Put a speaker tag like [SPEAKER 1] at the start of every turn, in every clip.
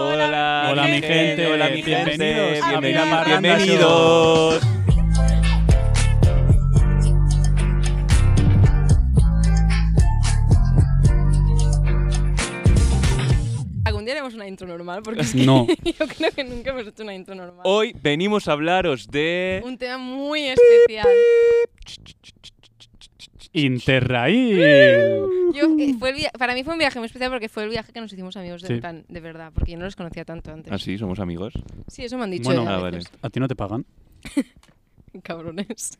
[SPEAKER 1] Hola,
[SPEAKER 2] Hola, mi gente.
[SPEAKER 1] hola mi gente,
[SPEAKER 2] Bienvenidos a
[SPEAKER 1] bienvenidos,
[SPEAKER 2] Mira Barranda
[SPEAKER 1] bienvenidos.
[SPEAKER 3] Algún día haremos una intro normal, porque
[SPEAKER 1] Pues
[SPEAKER 3] es que
[SPEAKER 2] No.
[SPEAKER 3] yo creo que nunca hemos hecho una intro normal.
[SPEAKER 1] Hoy venimos a hablaros de
[SPEAKER 3] Un tema muy especial.
[SPEAKER 2] Interrail.
[SPEAKER 3] Yo, eh, fue el via- para mí fue un viaje muy especial porque fue el viaje que nos hicimos amigos de,
[SPEAKER 2] Sí.
[SPEAKER 3] en plan, de verdad, porque yo no los conocía tanto antes.
[SPEAKER 1] Ah, sí, somos amigos.
[SPEAKER 3] Sí, eso me han dicho.
[SPEAKER 2] Bueno.
[SPEAKER 3] ya
[SPEAKER 1] Ah,
[SPEAKER 3] a
[SPEAKER 1] vale.
[SPEAKER 3] veces.
[SPEAKER 2] ¿A ti no te pagan?
[SPEAKER 3] Cabrones.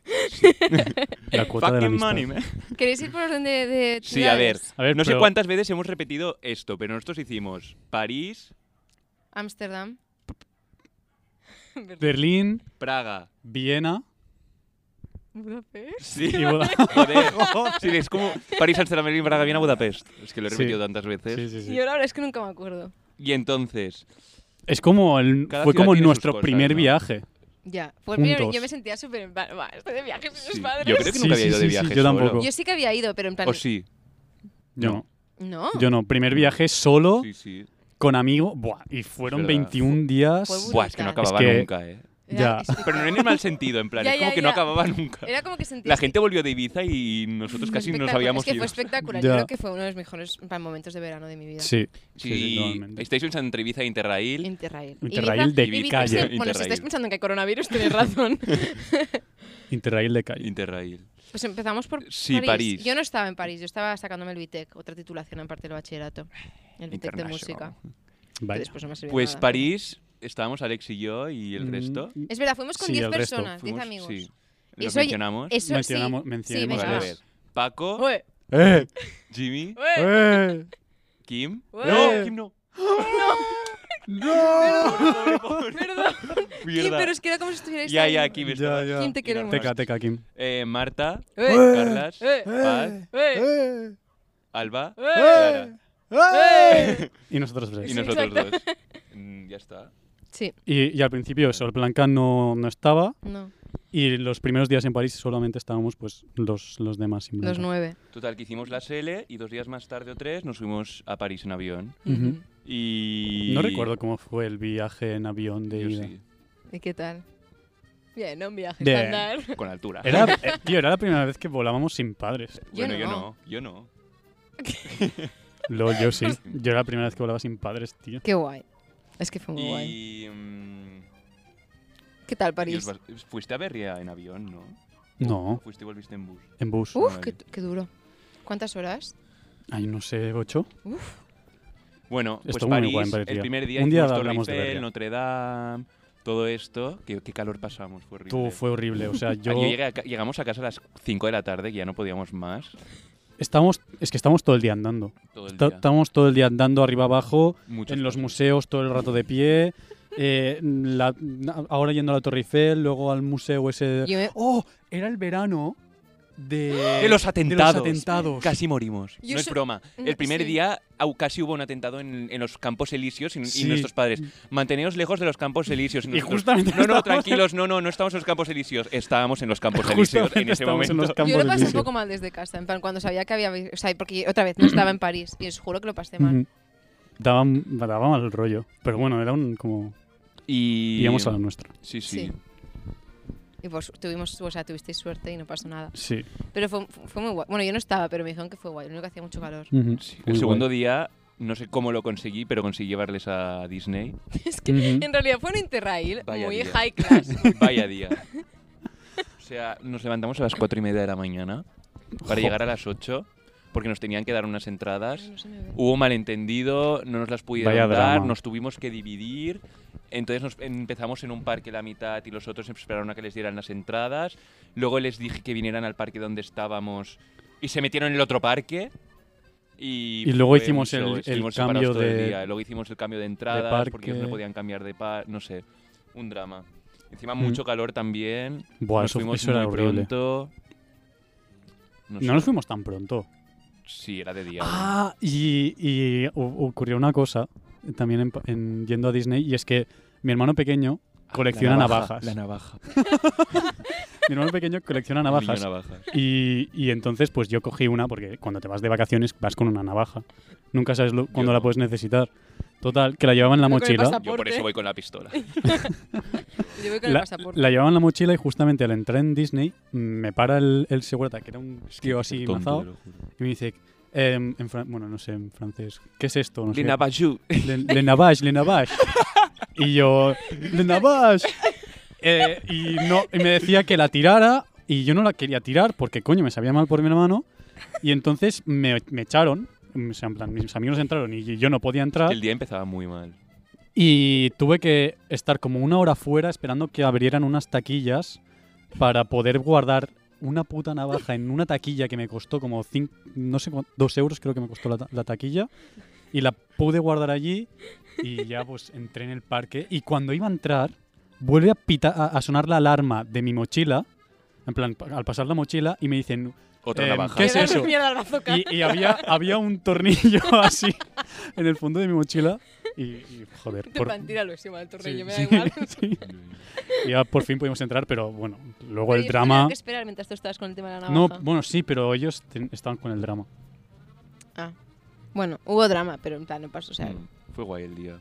[SPEAKER 2] La cuota de la amistad.
[SPEAKER 1] man.
[SPEAKER 3] ¿Queréis ir por orden de, de
[SPEAKER 1] Sí, a ver.
[SPEAKER 3] ciudades?
[SPEAKER 2] A ver,
[SPEAKER 1] no sé
[SPEAKER 2] pero-
[SPEAKER 1] cuántas veces hemos repetido esto, pero nosotros hicimos París,
[SPEAKER 3] Ámsterdam. Berlín.
[SPEAKER 2] Berlín,
[SPEAKER 1] Praga.
[SPEAKER 2] Viena
[SPEAKER 3] Budapest.
[SPEAKER 1] Sí,
[SPEAKER 2] y Buda-
[SPEAKER 1] joder. Sí, es como París, Amsterdam, Berlín, Praga, Viena, Budapest. Es que lo he
[SPEAKER 2] Sí.
[SPEAKER 1] repetido tantas veces.
[SPEAKER 2] Sí, sí, sí.
[SPEAKER 3] Y yo la verdad es que nunca me acuerdo.
[SPEAKER 1] Y entonces,
[SPEAKER 2] Es como el,
[SPEAKER 1] Cada
[SPEAKER 2] fue
[SPEAKER 1] ciudad
[SPEAKER 2] como
[SPEAKER 1] tiene sus
[SPEAKER 2] nuestro
[SPEAKER 1] cosas,
[SPEAKER 2] primer
[SPEAKER 1] ¿no?
[SPEAKER 2] viaje.
[SPEAKER 3] Ya. Fue el primero-
[SPEAKER 2] Juntos.
[SPEAKER 3] yo me sentía súper en plan, "Buah, estoy de viaje sin
[SPEAKER 1] sí,
[SPEAKER 3] mis padres.
[SPEAKER 1] yo creo que
[SPEAKER 2] Sí,
[SPEAKER 1] nunca había
[SPEAKER 2] sí,
[SPEAKER 1] ido de
[SPEAKER 2] sí, sí,
[SPEAKER 1] viaje
[SPEAKER 2] yo
[SPEAKER 1] solo.
[SPEAKER 2] tampoco.
[SPEAKER 3] Yo sí que había ido, pero en plan...
[SPEAKER 1] O sí.
[SPEAKER 2] Yo
[SPEAKER 1] No.
[SPEAKER 2] no.
[SPEAKER 3] No.
[SPEAKER 2] Yo no. Primer viaje solo
[SPEAKER 1] Sí, sí.
[SPEAKER 2] con amigo. Buah, y fueron
[SPEAKER 1] verdad.
[SPEAKER 2] 21
[SPEAKER 3] Fue
[SPEAKER 2] días.
[SPEAKER 3] brutal.
[SPEAKER 1] Buah, es que no
[SPEAKER 3] Es
[SPEAKER 1] acababa
[SPEAKER 2] que-
[SPEAKER 1] nunca, eh.
[SPEAKER 3] Era-
[SPEAKER 2] ya.
[SPEAKER 1] Pero no en el mal sentido, en plan,
[SPEAKER 3] Ya,
[SPEAKER 1] es como
[SPEAKER 3] ya,
[SPEAKER 1] que no
[SPEAKER 3] ya.
[SPEAKER 1] acababa nunca.
[SPEAKER 3] Era como que sentía...
[SPEAKER 1] La gente volvió de Ibiza y nosotros casi nos habíamos
[SPEAKER 3] Es que
[SPEAKER 1] ido.
[SPEAKER 3] fue espectacular.
[SPEAKER 2] Ya.
[SPEAKER 3] Yo creo que fue uno de los mejores en plan, momentos de verano de mi vida.
[SPEAKER 2] Sí.
[SPEAKER 1] Si
[SPEAKER 2] totalmente.
[SPEAKER 1] estáis pensando entre Ibiza e Interrail,
[SPEAKER 3] Interrail.
[SPEAKER 2] Interrail de calle.
[SPEAKER 3] sí, bueno, si
[SPEAKER 1] Interrail.
[SPEAKER 3] estáis pensando en que hay coronavirus, tenéis razón.
[SPEAKER 2] Interrail de calle.
[SPEAKER 1] Interrail.
[SPEAKER 3] Pues empezamos por
[SPEAKER 1] Sí,
[SPEAKER 3] París.
[SPEAKER 1] París.
[SPEAKER 3] Yo no estaba en París, yo estaba sacándome el BITEC, otra titulación aparte del bachillerato. El BITEC de
[SPEAKER 1] International.
[SPEAKER 3] música. que
[SPEAKER 2] Vaya.
[SPEAKER 3] después no me sirvió
[SPEAKER 1] Pues
[SPEAKER 3] nada.
[SPEAKER 1] París, estábamos Alex y yo y el
[SPEAKER 2] Mm,
[SPEAKER 1] resto.
[SPEAKER 3] Es verdad, fuimos con
[SPEAKER 2] Sí,
[SPEAKER 3] 10
[SPEAKER 2] el resto.
[SPEAKER 3] personas, 10
[SPEAKER 1] Fuimos-
[SPEAKER 3] Ah, amigos.
[SPEAKER 1] Sí,
[SPEAKER 3] Y
[SPEAKER 1] los
[SPEAKER 3] soy-
[SPEAKER 1] mencionamos.
[SPEAKER 3] Eso
[SPEAKER 2] Mencionamos-
[SPEAKER 3] sí.
[SPEAKER 2] mencionemos
[SPEAKER 3] sí,
[SPEAKER 1] Vale, a
[SPEAKER 3] venga,
[SPEAKER 2] Mencionamos.
[SPEAKER 1] ver. Paco,
[SPEAKER 3] Ué,
[SPEAKER 2] ¡Eh!
[SPEAKER 1] Jimmy,
[SPEAKER 3] ué.
[SPEAKER 2] ¡Eh!
[SPEAKER 1] Kim.
[SPEAKER 3] Ué.
[SPEAKER 1] No, Kim no.
[SPEAKER 2] ¡No!
[SPEAKER 1] Pobre, pobre.
[SPEAKER 3] Perdón, Kim,
[SPEAKER 1] Mierda.
[SPEAKER 3] pero es que era como si este estuvierais
[SPEAKER 1] Ya,
[SPEAKER 3] ahí.
[SPEAKER 1] ya, Kim
[SPEAKER 2] Ya,
[SPEAKER 1] está.
[SPEAKER 2] ya.
[SPEAKER 3] Kim, te queremos.
[SPEAKER 2] Teca, teca, Kim.
[SPEAKER 1] Eh, Marta,
[SPEAKER 3] Ué,
[SPEAKER 2] Ué.
[SPEAKER 1] Carlas,
[SPEAKER 3] ué,
[SPEAKER 1] Paz,
[SPEAKER 3] ué,
[SPEAKER 2] ¡Eh!
[SPEAKER 1] Alba,
[SPEAKER 3] ué.
[SPEAKER 1] Clara.
[SPEAKER 3] ¡Eh!
[SPEAKER 2] Y nosotros tres.
[SPEAKER 1] Y
[SPEAKER 3] Sí,
[SPEAKER 1] nosotros dos.
[SPEAKER 3] exacto.
[SPEAKER 1] Mm, Ya está.
[SPEAKER 3] Sí,
[SPEAKER 2] Y, y al principio eso, el Blanca no, no estaba
[SPEAKER 3] no,
[SPEAKER 2] y los primeros días en París solamente estábamos pues los, los demás. sin
[SPEAKER 3] los
[SPEAKER 2] Blanca.
[SPEAKER 3] nueve.
[SPEAKER 1] Total, que hicimos la SL y dos días más tarde o tres nos fuimos a París en avión.
[SPEAKER 2] Ujú.
[SPEAKER 1] Y...
[SPEAKER 2] No recuerdo cómo fue el viaje en avión de
[SPEAKER 1] Yo
[SPEAKER 2] ida.
[SPEAKER 1] sí,
[SPEAKER 3] ¿Y qué tal? Bien, ¿no? Un viaje
[SPEAKER 2] Bien.
[SPEAKER 3] estándar.
[SPEAKER 1] con altura.
[SPEAKER 2] Era, eh, tío, era la primera vez que volábamos sin padres.
[SPEAKER 1] Bueno,
[SPEAKER 3] Yo
[SPEAKER 1] yo
[SPEAKER 3] no.
[SPEAKER 1] no, yo no.
[SPEAKER 2] Lol, yo sí. Yo era la primera vez que volaba sin padres, tío.
[SPEAKER 3] Qué guay. Es que fue muy guay.
[SPEAKER 1] Y... mm,
[SPEAKER 3] ¿Qué
[SPEAKER 1] y
[SPEAKER 3] tal
[SPEAKER 1] os
[SPEAKER 3] París?
[SPEAKER 1] vas- fuiste a Berria en avión, ¿no?
[SPEAKER 2] No,
[SPEAKER 1] Fuiste y volviste en bus.
[SPEAKER 2] en bus.
[SPEAKER 3] Uf,
[SPEAKER 1] Vale.
[SPEAKER 3] qué, qué duro. ¿Cuántas horas?
[SPEAKER 2] Ay, no sé, ocho.
[SPEAKER 1] Bueno, pues
[SPEAKER 2] Estuvo muy
[SPEAKER 1] París,
[SPEAKER 2] guay en Berria.
[SPEAKER 1] el primer día
[SPEAKER 2] Un día
[SPEAKER 1] hicimos Torre
[SPEAKER 2] hablamos de
[SPEAKER 1] Eiffel,
[SPEAKER 2] Berria.
[SPEAKER 1] Notre Dame, todo esto. Qué, qué calor pasamos, fue horrible.
[SPEAKER 2] Tú, fue horrible. O sea,
[SPEAKER 1] Ah,
[SPEAKER 2] yo...
[SPEAKER 1] yo llegué a ca- llegamos a casa a las 5 de la tarde, que ya no podíamos más.
[SPEAKER 2] Estamos, es que estamos todo el día andando.
[SPEAKER 1] Todo el
[SPEAKER 2] Ta-
[SPEAKER 1] día.
[SPEAKER 2] Estamos todo el día andando arriba abajo,
[SPEAKER 1] Muchos
[SPEAKER 2] en los
[SPEAKER 1] pasos.
[SPEAKER 2] museos todo el rato de pie. eh, la- na- ahora yendo a la Torre Eiffel, luego al museo ese. de-
[SPEAKER 3] Yo me-
[SPEAKER 2] ¡Oh! Era el verano de.
[SPEAKER 1] De los atentados.
[SPEAKER 2] atentados.
[SPEAKER 1] Casi morimos.
[SPEAKER 3] Yo
[SPEAKER 1] no es
[SPEAKER 3] so-
[SPEAKER 1] broma.
[SPEAKER 3] no,
[SPEAKER 1] El primer
[SPEAKER 3] sí.
[SPEAKER 1] día au- casi hubo un atentado en, en los campos elíseos y, y
[SPEAKER 2] Sí.
[SPEAKER 1] nuestros padres. Manteneos lejos de los campos elíseos.
[SPEAKER 2] Y
[SPEAKER 1] nosotros,
[SPEAKER 2] justamente
[SPEAKER 1] No, no,
[SPEAKER 2] estábamos-
[SPEAKER 1] tranquilos, no, no, no estamos en los campos elíseos. Estábamos en los campos elíseos
[SPEAKER 2] Justamente
[SPEAKER 1] en ese
[SPEAKER 2] estábamos
[SPEAKER 1] momento.
[SPEAKER 2] en los campos
[SPEAKER 3] Yo lo pasé un
[SPEAKER 2] elíseos.
[SPEAKER 3] poco mal desde casa, en plan, cuando sabía que había... O sea, porque otra vez no estaba en París y os juro que lo pasé mal.
[SPEAKER 2] Ujú. Daba, daba mal rollo. Pero bueno, era un como.
[SPEAKER 1] Y.
[SPEAKER 2] Íbamos a la nuestra.
[SPEAKER 1] Sí, sí.
[SPEAKER 3] Sí. Y vos tuvimos, o sea, tuvisteis suerte y no pasó nada.
[SPEAKER 2] Sí.
[SPEAKER 3] Pero fue, fue muy guay. Bueno, yo no estaba, pero me dijeron que fue guay. Lo único que hacía mucho calor.
[SPEAKER 2] Ujú.
[SPEAKER 1] Sí.
[SPEAKER 2] Muy
[SPEAKER 1] El segundo día, no sé cómo lo conseguí, pero conseguí llevarles a Disney.
[SPEAKER 3] es que
[SPEAKER 2] Ujú.
[SPEAKER 3] en realidad fue un Interrail
[SPEAKER 1] Vaya
[SPEAKER 3] muy
[SPEAKER 1] día.
[SPEAKER 3] high class.
[SPEAKER 1] Vaya día. O sea, nos levantamos a las cuatro y media de la mañana para
[SPEAKER 2] Jo.
[SPEAKER 1] llegar a las 8 porque nos tenían que dar unas entradas.
[SPEAKER 3] Ay, no se me ve.
[SPEAKER 1] Hubo malentendido, no nos las pudieron
[SPEAKER 2] Vaya
[SPEAKER 1] dar,
[SPEAKER 2] drama.
[SPEAKER 1] nos tuvimos que dividir. Entonces nos empezamos en un parque la mitad y los otros esperaron a que les dieran las entradas. Luego les dije que vinieran al parque donde estábamos y se metieron en el otro parque. Y,
[SPEAKER 2] Y luego
[SPEAKER 1] fue un
[SPEAKER 2] hicimos el-
[SPEAKER 1] show,
[SPEAKER 2] el
[SPEAKER 1] estuvimos separados
[SPEAKER 2] cambio
[SPEAKER 1] todo el
[SPEAKER 2] de-
[SPEAKER 1] día. Luego hicimos el cambio de entradas porque ellos no
[SPEAKER 2] parque.
[SPEAKER 1] podían cambiar de par, no sé, un drama. Encima
[SPEAKER 2] Mm.
[SPEAKER 1] mucho calor también.
[SPEAKER 2] Buah,
[SPEAKER 1] nos
[SPEAKER 2] eso,
[SPEAKER 1] fuimos
[SPEAKER 2] eso era
[SPEAKER 1] muy
[SPEAKER 2] horrible.
[SPEAKER 1] pronto. No, sé.
[SPEAKER 2] No nos fuimos tan pronto.
[SPEAKER 1] Sí, era de día.
[SPEAKER 2] Ah, y, y o- ocurrió una cosa eh, también en pa- en yendo a Disney, y es que mi hermano pequeño colecciona
[SPEAKER 1] Ah, La navaja,
[SPEAKER 2] navajas.
[SPEAKER 1] La navaja.
[SPEAKER 2] Mi hermano pequeño colecciona
[SPEAKER 1] El niño
[SPEAKER 2] navajas.
[SPEAKER 1] navajas.
[SPEAKER 2] Y, y entonces, pues yo cogí una, porque cuando te vas de vacaciones vas con una navaja. Nunca sabes lo- cuándo
[SPEAKER 1] Yo
[SPEAKER 2] la
[SPEAKER 1] no.
[SPEAKER 2] puedes necesitar. Total, que la llevaba en la
[SPEAKER 4] Creo que me
[SPEAKER 2] mochila.
[SPEAKER 4] pasa
[SPEAKER 1] Yo por
[SPEAKER 4] Aporte.
[SPEAKER 1] eso voy con la pistola.
[SPEAKER 3] Yo voy con el
[SPEAKER 2] La,
[SPEAKER 3] pasaporte.
[SPEAKER 2] la llevaba en la mochila y justamente al entrar en Disney mm, me para el, el segurata, que era un tío así
[SPEAKER 1] Tonto,
[SPEAKER 2] mazado,
[SPEAKER 1] te lo juro.
[SPEAKER 2] y me dice, em, en fran- bueno, no sé, en francés, ¿qué es esto? No sé.
[SPEAKER 1] Lina Bajou.
[SPEAKER 2] Le, le Navage, Le Navage. Y yo, Le Navage. Eh, y, no, y me decía que la tirara y yo no la quería tirar porque, coño, me sabía mal por mi hermano. Y entonces me, me echaron. O sea, en plan, mis amigos entraron y yo no podía entrar.
[SPEAKER 1] El día empezaba muy mal.
[SPEAKER 2] Y tuve que estar como una hora fuera esperando que abrieran unas taquillas para poder guardar una puta navaja en una taquilla que me costó como cin- no sé, cuán- dos euros creo que me costó la, ta- la taquilla. Y la pude guardar allí y ya pues entré en el parque. Y cuando iba a entrar, vuelve a, pita- a, a sonar la alarma de mi mochila. En plan, pa- al pasar la mochila y me dicen,
[SPEAKER 1] Otra
[SPEAKER 2] Em,
[SPEAKER 1] navaja.
[SPEAKER 2] ¿qué es
[SPEAKER 4] Me das
[SPEAKER 2] eso?
[SPEAKER 4] mierda al bazooka.
[SPEAKER 2] y, y había, había un tornillo así en el fondo de mi mochila. Y, y, joder,
[SPEAKER 4] Te
[SPEAKER 2] por-
[SPEAKER 4] plan, tíralo encima del tornillo,
[SPEAKER 2] Sí,
[SPEAKER 4] me da
[SPEAKER 2] sí,
[SPEAKER 4] igual.
[SPEAKER 2] sí.
[SPEAKER 1] Mm,
[SPEAKER 2] Y Ya por fin pudimos entrar, pero bueno, luego
[SPEAKER 4] Pero
[SPEAKER 2] el
[SPEAKER 4] yo
[SPEAKER 2] drama.
[SPEAKER 4] tenía que esperar mientras tú estabas con el tema de la
[SPEAKER 2] No,
[SPEAKER 4] navaja.
[SPEAKER 2] bueno, sí, pero ellos ten- estaban con el drama.
[SPEAKER 3] Ah. Bueno, hubo drama, pero en plan no pasó. O sea,
[SPEAKER 1] Mm, Fue guay el día.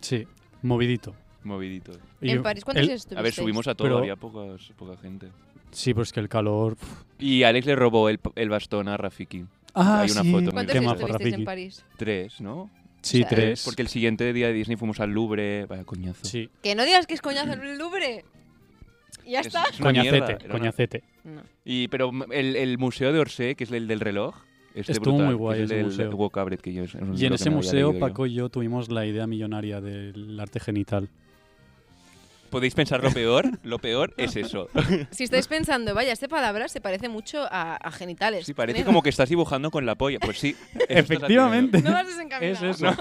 [SPEAKER 2] Sí, movidito.
[SPEAKER 1] Movidito.
[SPEAKER 2] Y
[SPEAKER 3] ¿En
[SPEAKER 2] yo-
[SPEAKER 3] París cuántos
[SPEAKER 2] el-
[SPEAKER 3] días estuviste?
[SPEAKER 1] A ver, subimos a todo,
[SPEAKER 2] Pero-
[SPEAKER 1] había pocas, poca gente.
[SPEAKER 2] Sí, pero es que el calor. pf.
[SPEAKER 1] Y Alex le robó el, el bastón a Rafiki.
[SPEAKER 2] Ah,
[SPEAKER 1] Hay una
[SPEAKER 2] sí.
[SPEAKER 1] foto muy
[SPEAKER 3] ¿Cuántos
[SPEAKER 1] Qué
[SPEAKER 3] días
[SPEAKER 1] majo,
[SPEAKER 3] estuvisteis en
[SPEAKER 2] Rafiki.
[SPEAKER 3] París?
[SPEAKER 1] Tres, ¿no?
[SPEAKER 2] Sí,
[SPEAKER 3] O sea,
[SPEAKER 2] tres.
[SPEAKER 1] Porque el siguiente día de Disney fuimos al Louvre. Vaya coñazo.
[SPEAKER 2] Sí,
[SPEAKER 3] Que no digas que es coñazo el Louvre. Ya
[SPEAKER 1] Es-
[SPEAKER 3] está.
[SPEAKER 1] es una mierda,
[SPEAKER 2] coñacete,
[SPEAKER 1] era una-
[SPEAKER 2] coñacete.
[SPEAKER 3] No.
[SPEAKER 1] Y, pero m- el, el museo de Orsay, que es el del reloj, este
[SPEAKER 2] Estuvo
[SPEAKER 1] brutal,
[SPEAKER 2] muy guay
[SPEAKER 1] que es
[SPEAKER 2] ese
[SPEAKER 1] el del
[SPEAKER 2] museo.
[SPEAKER 1] Wokabret, que yo es- es un
[SPEAKER 2] Y en
[SPEAKER 1] libro que
[SPEAKER 2] ese
[SPEAKER 1] me había
[SPEAKER 2] museo,
[SPEAKER 1] leído yo.
[SPEAKER 2] Paco y yo tuvimos la idea millonaria del arte genital.
[SPEAKER 1] Podéis pensar lo peor, lo peor es eso.
[SPEAKER 3] Si estáis pensando, vaya, esta palabra se parece mucho a, a genitales.
[SPEAKER 1] Sí, parece
[SPEAKER 3] Nena,
[SPEAKER 1] como que estás dibujando con la polla. Pues sí. eso estás haciendo.
[SPEAKER 2] Efectivamente.
[SPEAKER 4] No vas desencaminado.
[SPEAKER 2] Es eso.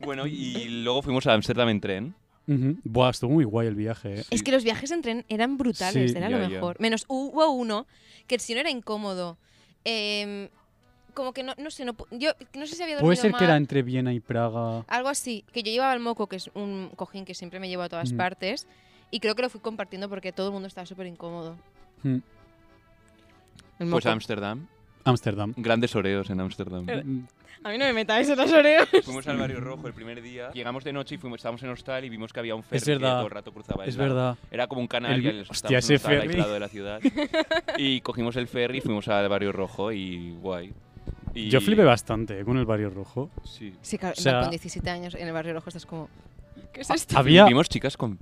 [SPEAKER 1] Bueno, y luego fuimos a Ámsterdam en tren.
[SPEAKER 2] Ujú. Buah, estuvo muy guay el viaje. eh.
[SPEAKER 3] Es que los viajes en tren eran brutales,
[SPEAKER 2] Sí,
[SPEAKER 3] era
[SPEAKER 1] ya,
[SPEAKER 3] lo
[SPEAKER 1] ya.
[SPEAKER 3] mejor. Menos hubo uno que si no era incómodo. eh, como que no, no sé, no, pu- yo no sé si había dormido
[SPEAKER 2] Puede ser
[SPEAKER 3] mal.
[SPEAKER 2] que era entre Viena y Praga.
[SPEAKER 3] Algo así, que yo llevaba el moco, que es un cojín que siempre me llevo a todas
[SPEAKER 2] Mm.
[SPEAKER 3] partes, y creo que lo fui compartiendo porque todo el mundo estaba súper incómodo.
[SPEAKER 2] Mm,
[SPEAKER 3] El
[SPEAKER 1] Pues
[SPEAKER 3] moco.
[SPEAKER 1] a Ámsterdam.
[SPEAKER 2] Ámsterdam.
[SPEAKER 1] Grandes oreos en Ámsterdam.
[SPEAKER 2] Mm,
[SPEAKER 4] A mí no me metáis en los oreos.
[SPEAKER 1] Fuimos al barrio rojo el primer día. Llegamos de noche y fuimos, estábamos en hostal y vimos que había un ferry
[SPEAKER 2] Es verdad.
[SPEAKER 1] que todo el rato cruzaba el
[SPEAKER 2] Es
[SPEAKER 1] lago.
[SPEAKER 2] verdad.
[SPEAKER 1] Era como un canal
[SPEAKER 2] El-
[SPEAKER 1] que estábamos
[SPEAKER 2] hostia,
[SPEAKER 1] en
[SPEAKER 2] ese
[SPEAKER 1] un hostal
[SPEAKER 2] ferry.
[SPEAKER 1] aislado de la ciudad. Y cogimos el ferry y fuimos al barrio rojo y guay. Y-
[SPEAKER 2] Yo flipé bastante eh, con el barrio rojo.
[SPEAKER 1] Sí.
[SPEAKER 3] Sí, claro,
[SPEAKER 2] O sea-
[SPEAKER 3] con 17 años en el barrio rojo estás como,
[SPEAKER 4] ¿Qué es
[SPEAKER 1] Este
[SPEAKER 4] esto?
[SPEAKER 2] Había,
[SPEAKER 1] Vimos chicas con...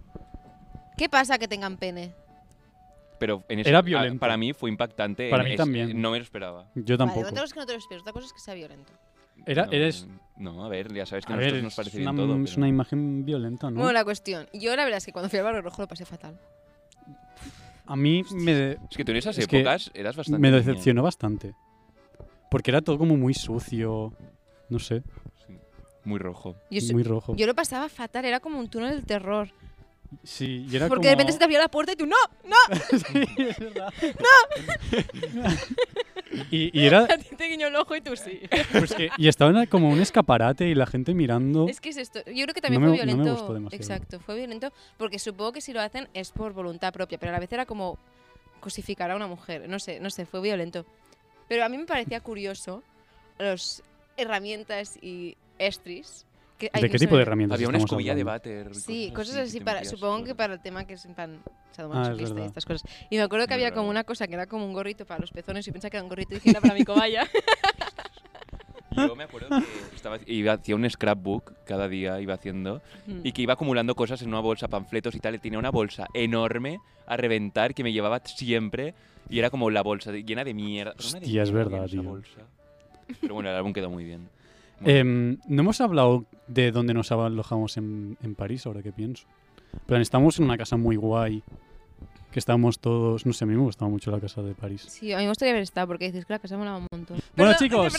[SPEAKER 3] ¿qué pasa que tengan pene?
[SPEAKER 1] Pero en ese-
[SPEAKER 2] Era
[SPEAKER 1] a-
[SPEAKER 2] violento.
[SPEAKER 1] Para mí fue impactante.
[SPEAKER 2] Para
[SPEAKER 1] en
[SPEAKER 2] mí
[SPEAKER 1] ese-
[SPEAKER 2] también.
[SPEAKER 1] No me lo esperaba.
[SPEAKER 2] Yo
[SPEAKER 3] Vale,
[SPEAKER 2] tampoco.
[SPEAKER 3] otra cosa es que no te lo esperes, otra cosa es que sea violento.
[SPEAKER 2] Era,
[SPEAKER 1] no,
[SPEAKER 2] eres,
[SPEAKER 1] No, a ver, ya sabes que
[SPEAKER 2] a
[SPEAKER 1] a
[SPEAKER 2] ver,
[SPEAKER 1] nosotros nos
[SPEAKER 2] es,
[SPEAKER 1] parece
[SPEAKER 2] una,
[SPEAKER 1] bien todo.
[SPEAKER 2] es
[SPEAKER 1] pero-
[SPEAKER 2] una imagen violenta, ¿no?
[SPEAKER 3] Bueno, la cuestión. Yo la verdad es que cuando fui al barrio rojo lo pasé fatal.
[SPEAKER 2] A mí me,
[SPEAKER 1] Es que tú en esas
[SPEAKER 2] es que
[SPEAKER 1] épocas eras bastante...
[SPEAKER 2] me
[SPEAKER 1] niña.
[SPEAKER 2] decepcionó bastante. Porque era todo como muy sucio, no sé,
[SPEAKER 1] Sí, Muy rojo.
[SPEAKER 3] Yo, so-
[SPEAKER 2] muy rojo.
[SPEAKER 3] yo lo pasaba fatal, era como un túnel del terror.
[SPEAKER 2] Sí, y era
[SPEAKER 3] porque
[SPEAKER 2] como...
[SPEAKER 3] de repente se te abrió la puerta y tú, ¡no! ¡No!
[SPEAKER 2] y, y era,
[SPEAKER 4] A ti te guiño el ojo y tú sí.
[SPEAKER 2] pues que- y estaba en como un escaparate y la gente mirando.
[SPEAKER 3] Es que es esto. Yo creo que también
[SPEAKER 2] No me-
[SPEAKER 3] fue
[SPEAKER 2] no me
[SPEAKER 3] violento.
[SPEAKER 2] gustó demasiado.
[SPEAKER 3] Exacto, fue violento porque supongo que si lo hacen es por voluntad propia, pero a la vez era como cosificar a una mujer. No sé, no sé, fue violento. Pero a mí me parecía curioso las herramientas y estris. Que, ay,
[SPEAKER 2] ¿De
[SPEAKER 3] no
[SPEAKER 2] qué
[SPEAKER 3] se
[SPEAKER 2] tipo de
[SPEAKER 3] me-
[SPEAKER 2] herramientas
[SPEAKER 1] Había una
[SPEAKER 2] estamos
[SPEAKER 1] escobilla
[SPEAKER 2] hablando?
[SPEAKER 1] de váter. y
[SPEAKER 3] Sí, cosas
[SPEAKER 1] que
[SPEAKER 3] así,
[SPEAKER 1] te
[SPEAKER 3] para,
[SPEAKER 1] metías
[SPEAKER 3] supongo
[SPEAKER 1] por-
[SPEAKER 3] que para el tema que es en plan
[SPEAKER 2] Ah, es
[SPEAKER 3] sadomasoquista
[SPEAKER 2] verdad.
[SPEAKER 3] y estas cosas. Y me acuerdo
[SPEAKER 1] Muy
[SPEAKER 3] que había
[SPEAKER 1] raro.
[SPEAKER 3] como una cosa que era como un gorrito para los pezones y pensaba que era un gorrito de tijera para
[SPEAKER 4] Para
[SPEAKER 3] mí.
[SPEAKER 4] mi cobaya.
[SPEAKER 1] Yo me acuerdo que estaba, iba, hacía un scrapbook cada día, iba haciendo,
[SPEAKER 3] Mm.
[SPEAKER 1] y que iba acumulando cosas en una bolsa, panfletos y tal. Y tenía una bolsa enorme a reventar que me llevaba siempre. Y era como la bolsa de- llena de mierda. Era una de
[SPEAKER 2] Hostia, es
[SPEAKER 1] mierda
[SPEAKER 2] verdad,
[SPEAKER 1] esa
[SPEAKER 2] tío.
[SPEAKER 1] bolsa. Pero bueno, el álbum quedó muy bien. Muy bien.
[SPEAKER 2] Em, no hemos hablado de dónde nos alojamos en, en París, ahora que pienso. Pero estamos en una casa muy guay, que estamos todos... No sé, a mí me gustaba mucho la casa de París.
[SPEAKER 3] Sí, a mí me gustaría haber estado porque dices que la casa molaba un montón.
[SPEAKER 2] Bueno
[SPEAKER 4] Perdón,
[SPEAKER 2] chicos,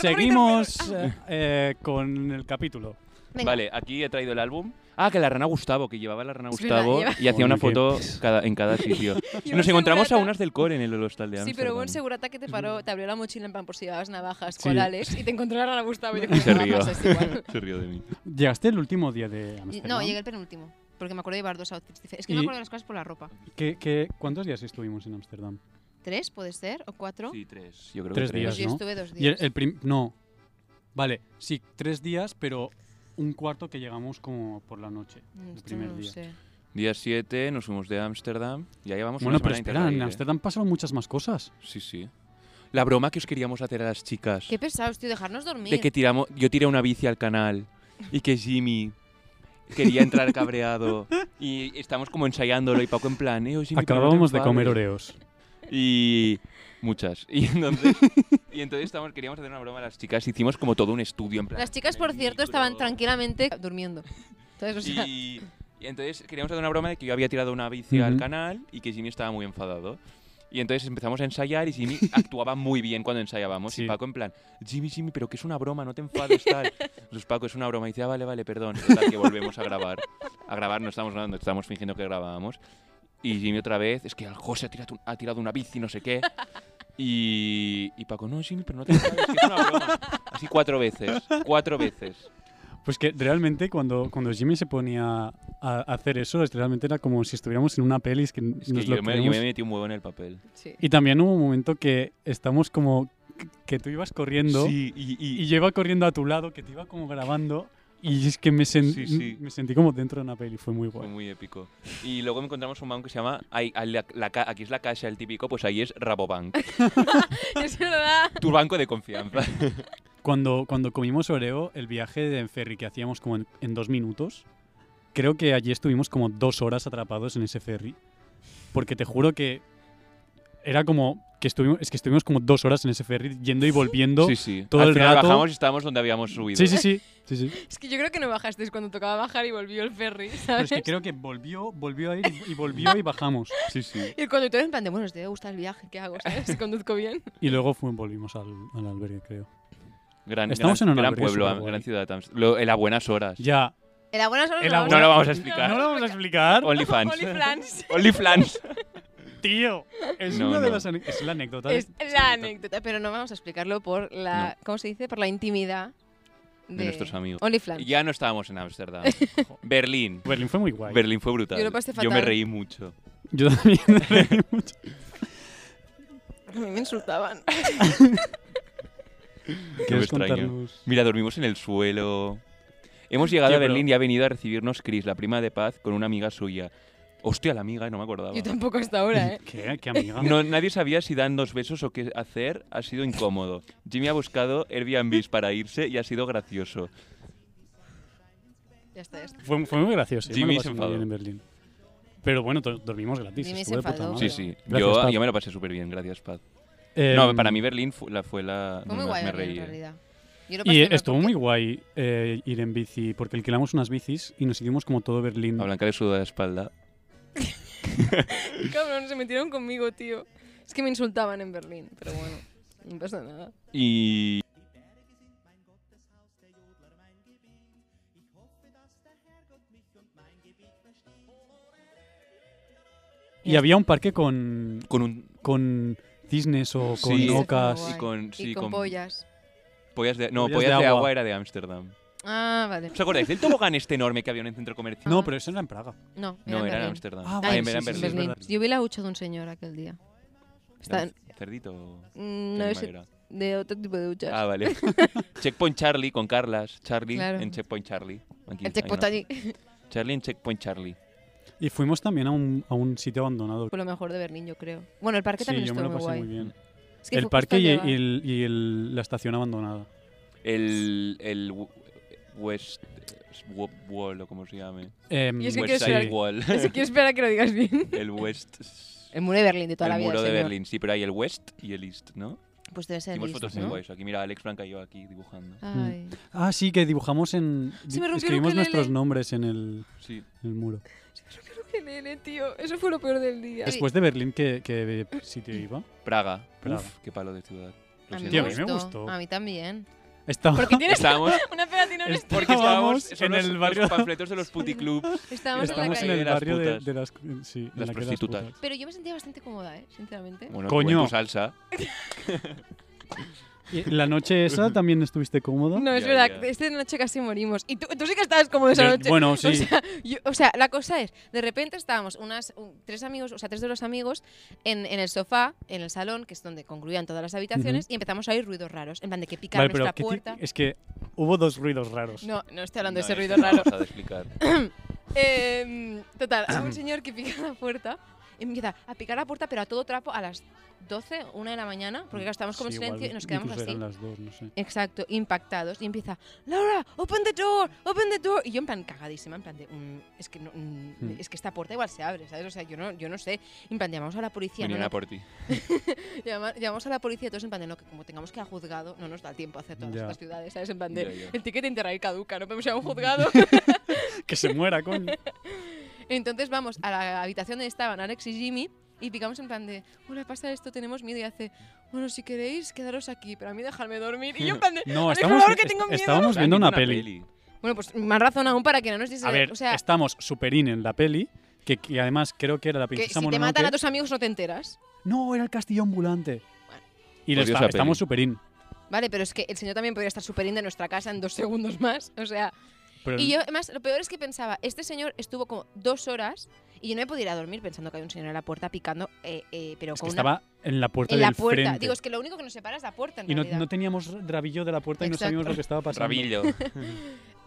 [SPEAKER 4] perdón por
[SPEAKER 2] seguimos eh, eh, con el capítulo.
[SPEAKER 3] Venga.
[SPEAKER 1] Vale, aquí he traído el álbum. Ah, que la rana Gustavo, que llevaba la rana
[SPEAKER 3] Es verdad,
[SPEAKER 1] Gustavo
[SPEAKER 3] lleva-
[SPEAKER 1] y hacía una
[SPEAKER 2] Joder, qué
[SPEAKER 1] foto cada, en cada sitio.
[SPEAKER 3] Y
[SPEAKER 1] Nos
[SPEAKER 3] un
[SPEAKER 1] encontramos a
[SPEAKER 3] segurata-
[SPEAKER 1] unas del core en el hostal de
[SPEAKER 3] Sí,
[SPEAKER 1] Ámsterdam.
[SPEAKER 3] pero hubo un segurata que te paró, te abrió la mochila en plan por si llevabas navajas,
[SPEAKER 2] Sí.
[SPEAKER 3] corales, y te encontraron a la Gustavo "Ah, y dijo,
[SPEAKER 1] Y se
[SPEAKER 3] "Venga,
[SPEAKER 1] rió.
[SPEAKER 3] pasas igual".
[SPEAKER 1] Se rió de mí.
[SPEAKER 2] Llegaste el último día de
[SPEAKER 3] Y-
[SPEAKER 2] Amsterdam.
[SPEAKER 3] No, llegué el penúltimo, porque me acuerdo de llevar dos outfits diferentes. Es que
[SPEAKER 2] Y-
[SPEAKER 3] no me acuerdo de las cosas por la ropa.
[SPEAKER 2] ¿Qué- qué- cuántos días estuvimos en Ámsterdam?
[SPEAKER 3] ¿Tres puede ser? ¿O cuatro?
[SPEAKER 1] Sí, tres. Yo creo
[SPEAKER 2] Tres
[SPEAKER 1] que tres.
[SPEAKER 2] días.
[SPEAKER 3] Pues yo
[SPEAKER 2] ¿no?
[SPEAKER 3] estuve dos
[SPEAKER 2] Y el,
[SPEAKER 3] días.
[SPEAKER 2] el prim- no. Vale, sí, tres días, pero un cuarto que llegamos como por la noche.
[SPEAKER 3] Mm,
[SPEAKER 2] El primer día.
[SPEAKER 1] Día 7 nos fuimos de Ámsterdam y ahí vamos
[SPEAKER 2] Bueno,
[SPEAKER 1] una
[SPEAKER 2] pero
[SPEAKER 1] semana
[SPEAKER 2] espera, en
[SPEAKER 1] Interrail, ¿eh?
[SPEAKER 2] Amsterdam pasaron muchas más cosas.
[SPEAKER 1] Sí, sí. La broma que os queríamos hacer a las chicas.
[SPEAKER 3] Qué pesados, tío, dejarnos dormir.
[SPEAKER 1] De que tiramos, yo tiré una bici al canal y que Jimmy quería entrar cabreado y estamos como ensayándolo y Paco en plan, eh, Jimmy, pero no te
[SPEAKER 2] Acabábamos de comer
[SPEAKER 1] enfades".
[SPEAKER 2] oreos.
[SPEAKER 1] Y muchas. Y entonces, y entonces estábamos- queríamos hacer una broma a las chicas, hicimos como todo un estudio en plan.
[SPEAKER 3] Las chicas,
[SPEAKER 1] con el
[SPEAKER 3] por cierto,
[SPEAKER 1] micro.
[SPEAKER 3] estaban tranquilamente durmiendo. Entonces, o sea,
[SPEAKER 1] Y, y entonces queríamos hacer una broma de que yo había tirado una bici al
[SPEAKER 2] Ujú.
[SPEAKER 1] canal y que Jimmy estaba muy enfadado. Y entonces empezamos a ensayar y Jimmy actuaba muy bien cuando ensayábamos. Y
[SPEAKER 2] Sí.
[SPEAKER 1] Paco en plan, Jimmy, Jimmy, pero que es una broma, no te enfades, tal. Entonces Paco, es una broma. Y dice, ah, vale, vale, perdón. Total, que volvemos a grabar. A grabar no estamos grabando, estamos fingiendo que grabábamos. Y Jimmy otra vez, es que al José ha tirado, un- ha tirado una bici, no sé qué. Y, y Paco, no, Jimmy, pero no te enfades, que es una broma. Así cuatro veces, cuatro veces.
[SPEAKER 2] Pues que realmente cuando, cuando Jimmy se ponía a hacer eso, es- realmente era como si estuviéramos en una peli. es que
[SPEAKER 1] Es que
[SPEAKER 2] nos
[SPEAKER 1] yo,
[SPEAKER 2] lo
[SPEAKER 1] me, yo
[SPEAKER 2] creíamos.
[SPEAKER 1] me metí un huevo en el papel.
[SPEAKER 3] sí.
[SPEAKER 2] Y también hubo un momento que estamos como que- que tú ibas corriendo
[SPEAKER 1] Sí, y, y-
[SPEAKER 2] y yo iba corriendo a tu lado, que te iba como grabando. Y es que me, sen-
[SPEAKER 1] Sí, sí.
[SPEAKER 2] me sentí como dentro de una peli, fue muy
[SPEAKER 1] Fue
[SPEAKER 2] guay.
[SPEAKER 1] muy épico. Y luego encontramos un banco que se llama. ahí- ahí la- la ca- aquí es la casa, el típico, pues ahí es Rabobank.
[SPEAKER 3] Es verdad.
[SPEAKER 1] Tu banco de confianza.
[SPEAKER 2] Cuando, cuando comimos Oreo, el viaje de en ferry que hacíamos como en, en dos minutos, creo que allí estuvimos como dos horas atrapados en ese ferry. Porque te juro que era como que estuvimos, es que estuvimos como dos horas en ese ferry yendo y volviendo.
[SPEAKER 1] Sí, sí.
[SPEAKER 2] Todo
[SPEAKER 1] Al
[SPEAKER 2] el
[SPEAKER 1] final
[SPEAKER 2] rato-
[SPEAKER 1] bajamos y estábamos donde habíamos subido.
[SPEAKER 2] sí, sí, sí. sí, sí.
[SPEAKER 4] Es que yo creo que no bajasteis cuando tocaba bajar y volvió el ferry,
[SPEAKER 2] Pero
[SPEAKER 4] ¿sabes?
[SPEAKER 2] es que creo que volvió, volvió a ir y- y volvió y bajamos.
[SPEAKER 1] sí, sí.
[SPEAKER 3] Y el conductor en plan de, bueno, os debe gustar el viaje, ¿qué hago?
[SPEAKER 4] ¿Sabes? Si conduzco bien.
[SPEAKER 2] Y luego fu- volvimos al, al albergue, creo.
[SPEAKER 1] Gran,
[SPEAKER 2] Estamos
[SPEAKER 1] gran-
[SPEAKER 2] en un
[SPEAKER 1] gran
[SPEAKER 2] albergue
[SPEAKER 1] pueblo,
[SPEAKER 2] superguay.
[SPEAKER 1] gran ciudad. Amst- Lo, en las buenas horas.
[SPEAKER 2] Ya.
[SPEAKER 3] En la buena
[SPEAKER 2] En
[SPEAKER 3] zona
[SPEAKER 2] la
[SPEAKER 3] no,
[SPEAKER 1] No
[SPEAKER 2] buena-
[SPEAKER 1] lo vamos a explicar.
[SPEAKER 2] No lo vamos a explicar.
[SPEAKER 1] OnlyFans.
[SPEAKER 4] Oliflans.
[SPEAKER 1] OnlyFans.
[SPEAKER 2] Tío, es
[SPEAKER 1] No,
[SPEAKER 2] una de
[SPEAKER 1] no.
[SPEAKER 2] las ane- es la anécdota.
[SPEAKER 3] Es la
[SPEAKER 2] Santa.
[SPEAKER 3] anécdota, pero no vamos a explicarlo por la, ¿cómo se dice? Por la intimidad de,
[SPEAKER 1] De nuestros amigos.
[SPEAKER 3] OnlyFans.
[SPEAKER 1] Ya no estábamos en Ámsterdam. Berlín.
[SPEAKER 2] Berlín fue muy guay.
[SPEAKER 1] Berlín fue brutal.
[SPEAKER 3] Yo lo pasé
[SPEAKER 1] Yo me
[SPEAKER 3] fatal.
[SPEAKER 1] reí mucho.
[SPEAKER 2] Yo también me reí mucho.
[SPEAKER 4] A mí me insultaban.
[SPEAKER 1] me
[SPEAKER 2] ¿Quieres
[SPEAKER 1] extraña.
[SPEAKER 2] contarnos?
[SPEAKER 1] Mira, dormimos en el suelo. Hemos llegado
[SPEAKER 2] Tío,
[SPEAKER 1] a
[SPEAKER 2] pero-
[SPEAKER 1] Berlín y ha venido a recibirnos Chris, la prima de Paz, con una amiga suya. Hostia, la amiga, no me acordaba.
[SPEAKER 4] Yo tampoco hasta ahora, ¿eh?
[SPEAKER 2] ¿Qué? ¿Qué amiga?
[SPEAKER 1] No, nadie sabía si dan dos besos o qué hacer. Ha sido incómodo. Jimmy ha buscado Airbnb para irse y ha sido gracioso.
[SPEAKER 3] Ya está, ya está.
[SPEAKER 2] Fue, fue muy gracioso. yo me
[SPEAKER 1] Jimmy
[SPEAKER 2] lo
[SPEAKER 1] se
[SPEAKER 2] pasé muy
[SPEAKER 1] enfadó.
[SPEAKER 2] bien en Berlín. Pero bueno, to- dormimos gratis.
[SPEAKER 3] Jimmy se
[SPEAKER 2] estuvo de puta
[SPEAKER 3] enfadó,
[SPEAKER 2] madre.
[SPEAKER 1] Sí, sí.
[SPEAKER 2] Gracias,
[SPEAKER 1] yo,
[SPEAKER 2] Paz.
[SPEAKER 1] yo me lo pasé súper bien, gracias, Paz.
[SPEAKER 2] Em,
[SPEAKER 1] no, para mí Berlín fu- la, fue la...
[SPEAKER 3] Fue muy
[SPEAKER 1] no,
[SPEAKER 3] guay
[SPEAKER 1] me
[SPEAKER 3] verlo, en
[SPEAKER 1] reí, eh.
[SPEAKER 3] realidad. Yo lo pasé
[SPEAKER 2] Y
[SPEAKER 3] mal
[SPEAKER 2] estuvo
[SPEAKER 3] porque-
[SPEAKER 2] muy guay eh, ir en bici, porque alquilamos unas bicis y nos seguimos como todo Berlín.
[SPEAKER 1] A Blanca le sudó la espalda.
[SPEAKER 4] Cabrón, se metieron conmigo, tío. Es que me insultaban en Berlín, pero bueno, no pasa nada.
[SPEAKER 1] Y...
[SPEAKER 2] Y había un parque con,
[SPEAKER 1] Con un...
[SPEAKER 2] con cisnes o con
[SPEAKER 1] Sí.
[SPEAKER 2] ocas.
[SPEAKER 3] Guay.
[SPEAKER 1] Y con, sí,
[SPEAKER 3] y con, pollas.
[SPEAKER 1] pollas de, no,
[SPEAKER 2] Pollas
[SPEAKER 1] pollas,
[SPEAKER 2] de
[SPEAKER 1] de, agua.
[SPEAKER 2] agua
[SPEAKER 1] era de Ámsterdam.
[SPEAKER 3] Ah, vale.
[SPEAKER 1] ¿Os acordáis del tobogán este enorme que había en el centro comercial?
[SPEAKER 3] Ah.
[SPEAKER 2] No, pero eso era en Praga.
[SPEAKER 3] No,
[SPEAKER 1] No, era
[SPEAKER 3] era
[SPEAKER 1] en
[SPEAKER 3] Berlín.
[SPEAKER 1] Ámsterdam.
[SPEAKER 2] Ah,
[SPEAKER 1] Ay,
[SPEAKER 2] vale,
[SPEAKER 1] era en
[SPEAKER 2] sí, sí, sí,
[SPEAKER 1] Berlín.
[SPEAKER 2] es
[SPEAKER 3] Berlín.
[SPEAKER 2] verdad.
[SPEAKER 3] Yo vi la hucha de un señor aquel día. Está-
[SPEAKER 1] Era un ¿Cerdito? o
[SPEAKER 3] mm,
[SPEAKER 1] qué
[SPEAKER 3] no
[SPEAKER 1] animal
[SPEAKER 3] es
[SPEAKER 1] era?
[SPEAKER 3] de otro tipo de huchas.
[SPEAKER 1] Ah, vale. Checkpoint Charlie con Carlas. Charlie
[SPEAKER 3] Claro.
[SPEAKER 1] en Checkpoint Charlie. Aquí,
[SPEAKER 3] el
[SPEAKER 1] hay
[SPEAKER 3] checkpoint
[SPEAKER 1] una-
[SPEAKER 3] allí
[SPEAKER 1] Charlie en Checkpoint Charlie.
[SPEAKER 2] Y fuimos también a un, a un sitio abandonado.
[SPEAKER 3] fue lo mejor de Berlín, yo creo. Bueno, el parque
[SPEAKER 2] Sí,
[SPEAKER 3] también
[SPEAKER 2] yo me
[SPEAKER 3] estuvo
[SPEAKER 2] lo
[SPEAKER 3] muy
[SPEAKER 2] pasé
[SPEAKER 3] guay.
[SPEAKER 2] muy bien.
[SPEAKER 3] Es que
[SPEAKER 2] el
[SPEAKER 3] fue
[SPEAKER 2] parque
[SPEAKER 3] justo
[SPEAKER 2] y,
[SPEAKER 3] al llegar.
[SPEAKER 2] y el- y el- la estación abandonada.
[SPEAKER 1] El, el w- West w- Wall o como se llame.
[SPEAKER 2] Em,
[SPEAKER 4] Y es que
[SPEAKER 1] West
[SPEAKER 4] quiero
[SPEAKER 1] Side
[SPEAKER 4] saber-
[SPEAKER 1] Wall.
[SPEAKER 4] Así que espera que lo digas bien.
[SPEAKER 1] el West.
[SPEAKER 3] El muro de Berlín de toda la
[SPEAKER 1] el
[SPEAKER 3] vida.
[SPEAKER 1] muro de
[SPEAKER 3] señor.
[SPEAKER 1] Berlín. Sí, pero hay el West y el East, ¿no?
[SPEAKER 3] Pues debe ser el
[SPEAKER 1] Hicimos
[SPEAKER 3] East,
[SPEAKER 1] fotos
[SPEAKER 3] ¿no?
[SPEAKER 1] muy guays. Aquí mira, Alex Blanca y yo aquí dibujando.
[SPEAKER 3] Ay.
[SPEAKER 2] Ah, sí, que dibujamos en...
[SPEAKER 4] Se me rompió el
[SPEAKER 2] escribimos
[SPEAKER 4] ukelele.
[SPEAKER 2] nuestros nombres en el,
[SPEAKER 1] Sí.
[SPEAKER 2] en el muro.
[SPEAKER 4] Qué nene, tío. Eso fue lo peor del día.
[SPEAKER 2] Después de Berlín, ¿qué, qué sitio iba?
[SPEAKER 1] Praga.
[SPEAKER 2] Praga.
[SPEAKER 1] Uf, qué palo de ciudad. Lo
[SPEAKER 3] A mí
[SPEAKER 1] siento,
[SPEAKER 2] Tío, a
[SPEAKER 1] ¿eh?
[SPEAKER 2] mí me gustó.
[SPEAKER 3] A mí también.
[SPEAKER 2] Estaba-
[SPEAKER 4] Porque tienes
[SPEAKER 1] Estábamos,
[SPEAKER 4] una pegatina en
[SPEAKER 2] Est-
[SPEAKER 4] esto.
[SPEAKER 1] porque estábamos
[SPEAKER 2] Estábamos
[SPEAKER 1] son
[SPEAKER 2] en
[SPEAKER 1] los-
[SPEAKER 2] el
[SPEAKER 1] los
[SPEAKER 2] barrio-
[SPEAKER 1] panfletos de los puticlubs.
[SPEAKER 3] Estábamos, en la
[SPEAKER 2] Estamos en
[SPEAKER 3] calle.
[SPEAKER 2] el
[SPEAKER 1] de las
[SPEAKER 2] barrio de,
[SPEAKER 1] putas.
[SPEAKER 2] de las, sí, en
[SPEAKER 1] Las
[SPEAKER 2] la que las
[SPEAKER 1] prostitutas.
[SPEAKER 2] putas.
[SPEAKER 3] Pero yo me sentía bastante cómoda, ¿eh? Sinceramente.
[SPEAKER 1] Bueno,
[SPEAKER 2] Coño.
[SPEAKER 1] tú en tu salsa.
[SPEAKER 2] ¿Y la noche esa también estuviste cómoda?
[SPEAKER 4] No, es
[SPEAKER 1] Ya,
[SPEAKER 4] verdad,
[SPEAKER 1] ya.
[SPEAKER 4] esta noche casi morimos. Y tú, tú sí que estabas como esa
[SPEAKER 2] Yo-
[SPEAKER 4] noche.
[SPEAKER 2] bueno,
[SPEAKER 4] O
[SPEAKER 2] sí.
[SPEAKER 4] sea,
[SPEAKER 3] Yo- o sea, la cosa es, de repente estábamos unas un- tres amigos, o sea, tres de los amigos en, en el sofá, en el salón, que es donde concluían todas las habitaciones, y empezamos a oír ruidos raros, en plan de que picar
[SPEAKER 2] Vale, pero
[SPEAKER 3] nuestra
[SPEAKER 2] ¿qué ti-
[SPEAKER 3] puerta.
[SPEAKER 2] es que hubo dos ruidos raros.
[SPEAKER 4] no, no estoy hablando
[SPEAKER 1] No,
[SPEAKER 4] de ese
[SPEAKER 1] esto
[SPEAKER 4] ruido
[SPEAKER 1] no
[SPEAKER 4] raro.
[SPEAKER 1] vamos a explicar.
[SPEAKER 4] Eh, total,
[SPEAKER 3] Hay Em, un señor que pica la puerta, empieza a picar la puerta, pero a todo trapo a las 12, 1 de la mañana, porque claro, estábamos como en
[SPEAKER 2] Sí,
[SPEAKER 3] silencio
[SPEAKER 2] igual,
[SPEAKER 3] y nos quedamos
[SPEAKER 2] incluso
[SPEAKER 3] así.
[SPEAKER 2] eran las dos, no sé.
[SPEAKER 3] Exacto, impactados. Y empieza, Laura, open the door, open the door. Y yo en plan cagadísima, en plan de, "Mm, es, que no, mm,
[SPEAKER 2] Hmm.
[SPEAKER 3] es que esta puerta igual se abre, ¿sabes? O sea, yo no, yo no sé. Y en plan, llamamos a la policía.
[SPEAKER 1] Venían
[SPEAKER 3] no,
[SPEAKER 1] a
[SPEAKER 3] no,
[SPEAKER 1] por ti.
[SPEAKER 3] llama- llamamos a la policía, todos en plan de, no, que como tengamos que ir a juzgado, no nos da tiempo a hacer todas
[SPEAKER 2] Ya.
[SPEAKER 3] estas ciudades, ¿sabes? En plan de,
[SPEAKER 1] Ya, ya.
[SPEAKER 3] el ticket interrail caduca, no podemos ir a un juzgado.
[SPEAKER 2] Que se muera, coño.
[SPEAKER 3] Entonces vamos a la habitación donde estaban Alex y Jimmy y picamos en plan de, hola, pasa esto, tenemos miedo. Y hace, bueno, si queréis, quedaros aquí, pero a mí dejarme dormir. Y yo en plan de,
[SPEAKER 2] No,
[SPEAKER 3] "Ay, por
[SPEAKER 2] estamos,
[SPEAKER 3] favor, que
[SPEAKER 2] est-
[SPEAKER 3] tengo miedo".
[SPEAKER 2] estábamos viendo una peli.
[SPEAKER 3] Bueno, pues más razón aún para que no nos dice.
[SPEAKER 2] A ver,
[SPEAKER 3] o sea,
[SPEAKER 2] estamos superin en la peli, que, que además creo que era la
[SPEAKER 3] que
[SPEAKER 2] princesa
[SPEAKER 3] si te
[SPEAKER 2] Mononoke.
[SPEAKER 3] matan a tus amigos no te enteras.
[SPEAKER 2] No, era el castillo ambulante. Y
[SPEAKER 1] Odiosa
[SPEAKER 2] está-
[SPEAKER 1] peli.
[SPEAKER 2] estamos superin.
[SPEAKER 3] Vale, pero es que el señor también podría estar super de nuestra casa en dos segundos más. O sea,
[SPEAKER 2] Pero
[SPEAKER 3] y yo además lo peor es que pensaba, este señor estuvo como dos horas y yo no me podía ir a dormir pensando que hay un señor en la puerta picando, eh, eh, pero
[SPEAKER 2] es que
[SPEAKER 3] con una-
[SPEAKER 2] estaba en la puerta
[SPEAKER 3] en la
[SPEAKER 2] del
[SPEAKER 3] puerta.
[SPEAKER 2] frente.
[SPEAKER 3] Digo, es que lo único que nos separa es la puerta en
[SPEAKER 2] y no,
[SPEAKER 3] realidad.
[SPEAKER 2] no teníamos rabillo de la puerta y no
[SPEAKER 3] Exacto.
[SPEAKER 2] sabíamos lo que estaba pasando.
[SPEAKER 1] Rabillo.